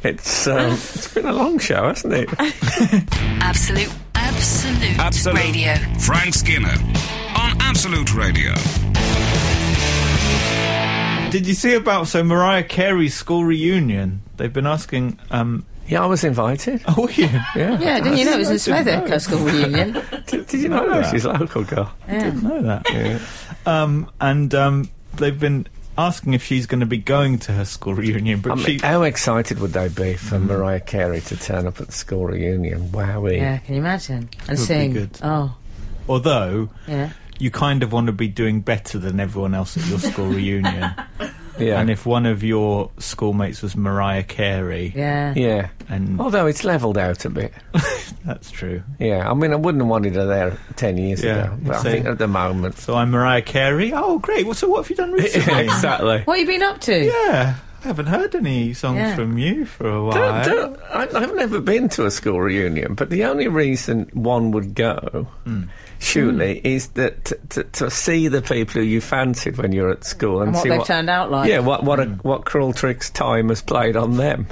C: It's um, it's been a long show, hasn't it?
A: Absolute, absolute,
F: Absolute.
A: radio.
F: Frank Skinner on Absolute Radio.
E: Did you see about so Mariah Carey's school reunion? They've been asking. Um,
C: Yeah, I was invited.
E: oh, yeah.
C: Yeah,
D: yeah, didn't you know it was in Smethwick, her school reunion?
C: Did, did you not know she's a local girl?
E: know that. Um, and um, they've been asking if she's going to be going to her school reunion, but
C: I mean,
E: she.
C: how excited would they be for Mariah Carey to turn up at the school reunion? Wowie!
D: Yeah, can you imagine? And
E: be
D: sing.
E: good.
D: Oh,
E: although
D: yeah.
E: you kind of want to be doing better than everyone else at your school reunion,
C: yeah,
E: and if one of your schoolmates was Mariah Carey,
D: Yeah.
C: yeah.
E: and
C: Although it's levelled out a bit.
E: that's true.
C: Yeah, I mean, I wouldn't have wanted her there ten years
E: Yeah,
C: ago, but I
E: same.
C: think at the moment,
E: So I'm Mariah Carey. Oh, great! Well, so what have you done recently?
C: exactly.
D: What have you been up to?
E: Yeah, I haven't heard any songs
D: Yeah.
E: from you for a while.
C: Don't, don't, I, I've never been to a school reunion, but the only reason one would go,
E: Hmm.
C: surely,
D: Hmm.
C: is that t- t- to see the people who you fancied when you were at school and,
D: And what
C: see
D: they've turned out like.
C: Yeah, what what,
E: Hmm.
C: a, what cruel tricks time has played on them.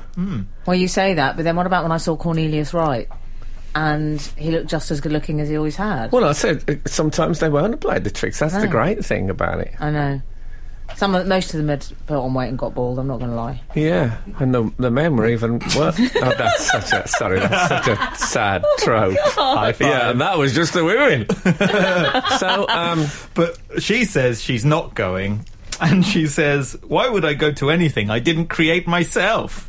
D: Well, you say that, but then what about when I saw Cornelius Wright? And he looked just as good looking as he always had.
C: Well, I said uh, sometimes they won't have played the tricks. That's the
D: No.
C: great thing about it.
D: I know. Some of, most of them had put on weight and got bald. I'm not going to lie.
C: Yeah, and the the men were even worse. oh, that's such a sorry, that's such a sad
D: Oh
C: trope.
E: High five.
C: Yeah, and that was just the women. so, um,
E: But she says she's not going. And she says, Why would I go to anything I didn't create myself?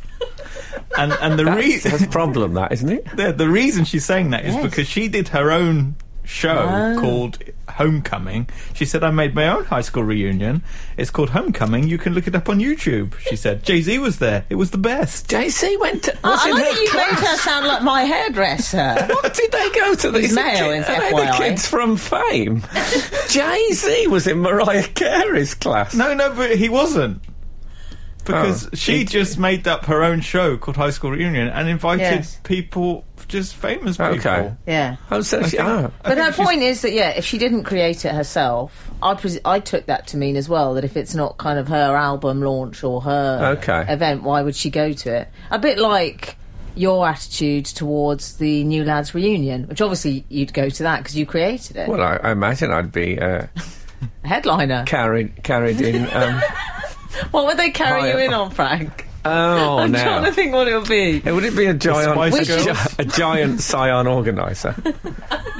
E: And, and the,
C: that's,
E: reason
C: that's a problem, that, isn't it?
E: the, the reason she's saying that is
D: Yes.
E: because she did her own show
D: Oh.
E: called Homecoming. She said, I made my own high school reunion. It's called Homecoming. You can look it up on YouTube. She said, Jay Z was there. It was the best.
C: JC went to. Was
D: Oh, I
C: in
D: like
C: her
D: that you
C: class.
D: made her sound like my hairdresser.
C: What did they go to? These
D: male,
C: are
D: it's
C: they the
D: FYI.
C: kids from Fame? Jay Z was in Mariah Carey's class.
E: No, no, but he wasn't. because she just made up her own show called High School Reunion and invited
D: Yes.
E: people, just famous people.
C: Okay.
D: Yeah.
C: Oh, so she, oh.
D: But her
E: think she's-
D: point is that yeah, if she didn't create it herself, I pres- I took that to mean as well that if it's not kind of her album launch or her
C: Okay.
D: event, why would she go to it? A bit like your attitude towards the New Lads reunion, which obviously you'd go to that because you created it,
C: Well, I, I imagine I'd be uh,
D: headliner.
C: carried carried in. Um,
D: What would they carry
C: Hi- uh,
D: you in on, Frank?
C: oh,
D: I'm
C: now.
D: trying to think what it would be.
C: It would it be a giant,
E: Spice
C: a,
D: Girls?
C: gi- a giant Scion organizer?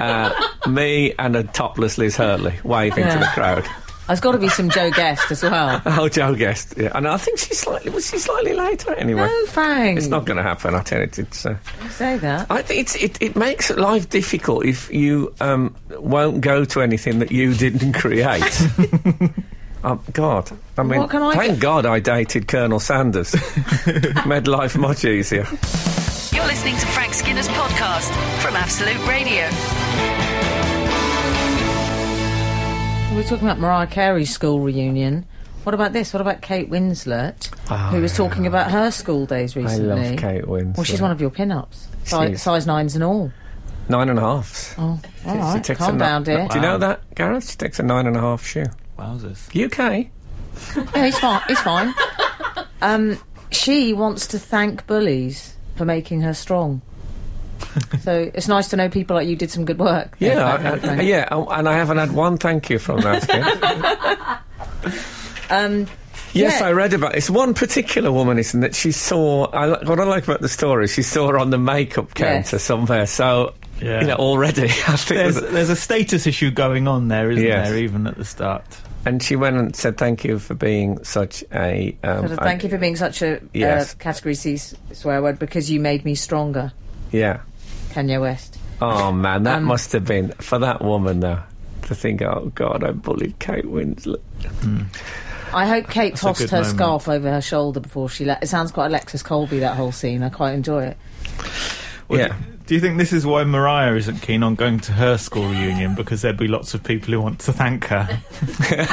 C: uh, me and a topless Liz Hurley waving to the
D: Yeah.
C: crowd.
D: There's got to be some Joe Guest as well.
C: Oh, Joe Guest. Yeah, and I think she's slightly was she slightly later anyway.
D: No, Frank.
C: It's not going to happen. I tell you, it's. Uh,
D: say that.
C: I think it's, it, it makes life difficult if you um, won't go to anything that you didn't create. um, God, I mean,
D: What can I
C: thank
D: do?
C: God I dated Colonel Sanders. Made life much easier.
A: You're listening to Frank Skinner's podcast from Absolute Radio.
D: We were talking about Mariah Carey's school reunion. What about this? What about Kate Winslet, who was talking about her school days
C: Oh, I
D: recently?
C: love Kate Winslet.
D: Well, she's one of your pin-ups, size,
C: is.
D: size nines and all.
C: nine and a half.
D: Oh, all
C: She
D: right,
C: takes a
D: calm
C: ni-
D: down, dear.
C: Do you know that, Gareth? She takes a nine and a half shoe.
E: Wowzers.
C: UK.
D: Yeah, he's fine. He's fine. um, she wants to thank bullies for making her strong. so it's nice to know people like you did some good work.
C: Yeah, I-
D: Frank,
C: I-
D: Frank.
C: yeah, oh, and I haven't had one thank you from that. kid.
D: Um,
C: yes,
D: Yeah.
C: I read about it's one particular woman, isn't it? She saw. I, li- what I like about the story, is she saw her on the makeup counter
D: Yes.
C: somewhere. So
E: Yeah.
C: you know, already I think,
E: There's,
C: was,
E: there's a status issue going on there, isn't
C: Yes.
E: there, even at the start?
C: and she went and said thank you for being such a. Um,
D: sort of thank you for being such a
C: Yes.
D: uh, category C s- swear word because you made me stronger,
C: Yeah.
D: Kanye West.
C: Oh man, that
D: Um,
C: must have been for that woman though. To think, oh God, I bullied Kate Winslet.
D: I hope Kate
E: a
D: tossed
E: good
D: her
E: moment.
D: scarf over her shoulder before she left. It sounds quite Alexis Colby that whole scene. I quite enjoy it.
E: Well,
C: Yeah.
E: Do, do you think this is why Mariah isn't keen on going to her school reunion? Because there'd be lots of people who want to thank her.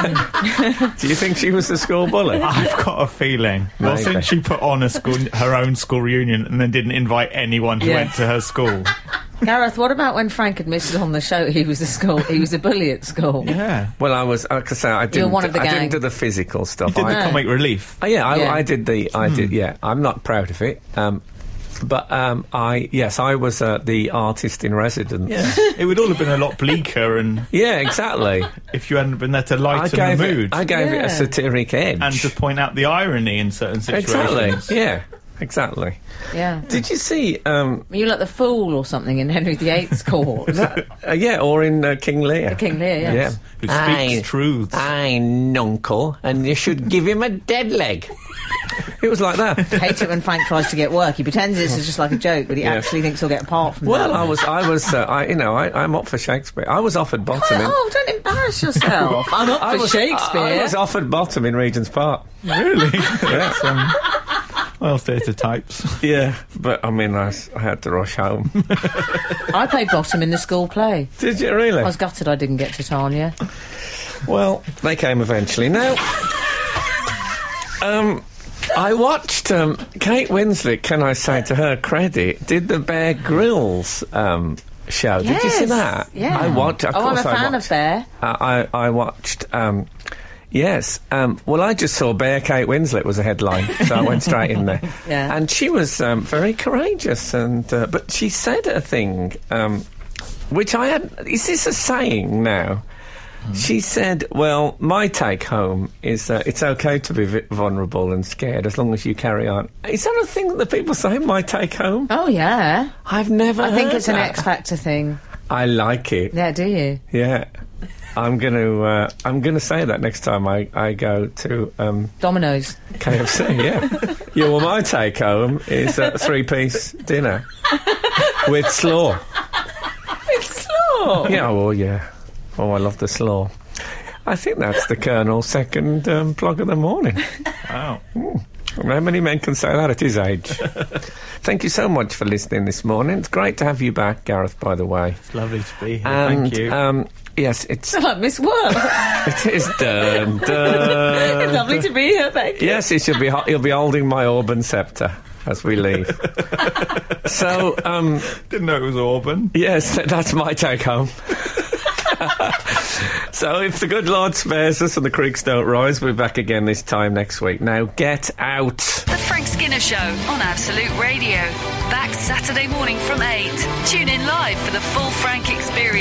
C: Do you think she was the school bully?
E: I've got a feeling. Well,
C: Maybe.
E: since she put on a school, her own school reunion, and then didn't invite anyone who
D: Yeah.
E: went to her school.
D: Gareth, what about when Frank admitted on the show he was a school, he was a bully at school?
E: Yeah.
C: Well, I was. uh, Like I say, I didn't.
D: one of the
C: I
D: gang.
C: didn't do the Hmm. physical stuff.
E: Did the
C: I,
D: No.
E: comic relief.
C: Oh, yeah, I,
D: Yeah.
C: I did the. I did. Yeah, I'm not proud of it. Um, but um, I yes, I was uh, the artist in residence. Yeah,
E: it would all have been a lot bleaker, and
C: exactly.
E: if you hadn't been there to
C: I
E: lighten
C: gave
E: the
C: it.
E: mood
C: I gave it
D: Yeah.
C: a satiric edge.
E: and to point out the irony in certain
C: exactly.
E: situations.
C: Yeah. Exactly.
D: Yeah.
C: Did you see? Um,
D: You like the fool or something in Henry VIII's court.
C: uh, yeah, or in uh, King Lear.
D: King Lear, yes.
E: Who speaks
C: Aye.
E: truths?
C: I'm uncle, and you should give him a dead leg. It was like that.
D: Hate it when Frank tries to get work. He pretends it's just like a joke, but he actually thinks he'll get part from
C: Well,
D: that.
C: I was, I was, uh, I, you know, I, I'm up for Shakespeare. I was offered bottom. in,
D: Oh, don't embarrass yourself. I'm up
C: I
D: for
C: was,
D: Shakespeare.
C: I, I was offered bottom in Regent's Park.
E: really? That's, um, well, theatre types.
C: Yeah, but I mean, I, s- I had to rush home.
D: I played bottom in the school play.
C: Did you really?
D: I was gutted I didn't get to Tanya.
C: Well, they came eventually. Now, um, I watched um, Kate Winslet. Can I say to her credit, did the Bear Grylls um, show? Did you see
D: Yes,
C: that?
D: yeah.
C: I watched. Of
D: Oh, I'm
C: course
D: a
C: I
D: fan of
C: watched.
D: Bear.
C: I, I I watched. Um, yes. Um, well, I just saw Bear Kate Winslet was a headline, so I went straight in there.
D: Yeah.
C: And she was um, very courageous, and uh, but she said a thing, um, which I had. Is this a saying now? She said, "Well, my take home is that it's okay to be vi- vulnerable and scared as long as you carry on." Is that a thing that people say? My take home?
D: Oh, yeah.
C: I've never.
D: I think
C: heard
D: it's an
C: that.
D: X Factor thing.
C: I like it.
D: Yeah, do you?
C: Yeah, I'm gonna uh, I'm gonna say that next time I, I go to um,
D: Dominoes.
C: KFC. Yeah, yeah. Well, my take home is a three piece dinner with slaw.
D: Slow.
C: Yeah. Oh, yeah. Oh, I love the slaw. I think that's the Colonel's second um, plug of the morning.
E: Wow.
C: How many men can say that at his age? Thank you so much for listening this morning. It's great to have you back, Gareth, by the way.
E: It's lovely to be here.
C: And,
E: Thank you.
C: Um, yes, it's
D: like Miss World.
C: it is done. done.
D: it's lovely to be here, thank you.
C: Yes, he should be. ho- He'll be holding my Auburn scepter as we leave. so, um,
E: Didn't know it was Auburn.
C: yes, th- that's my take home. so, if the good Lord spares us and the creeks don't rise, we're back again this time next week. Now, get out.
A: The Frank Skinner Show on Absolute Radio. Back Saturday morning from 8. Tune in live for the full Frank experience.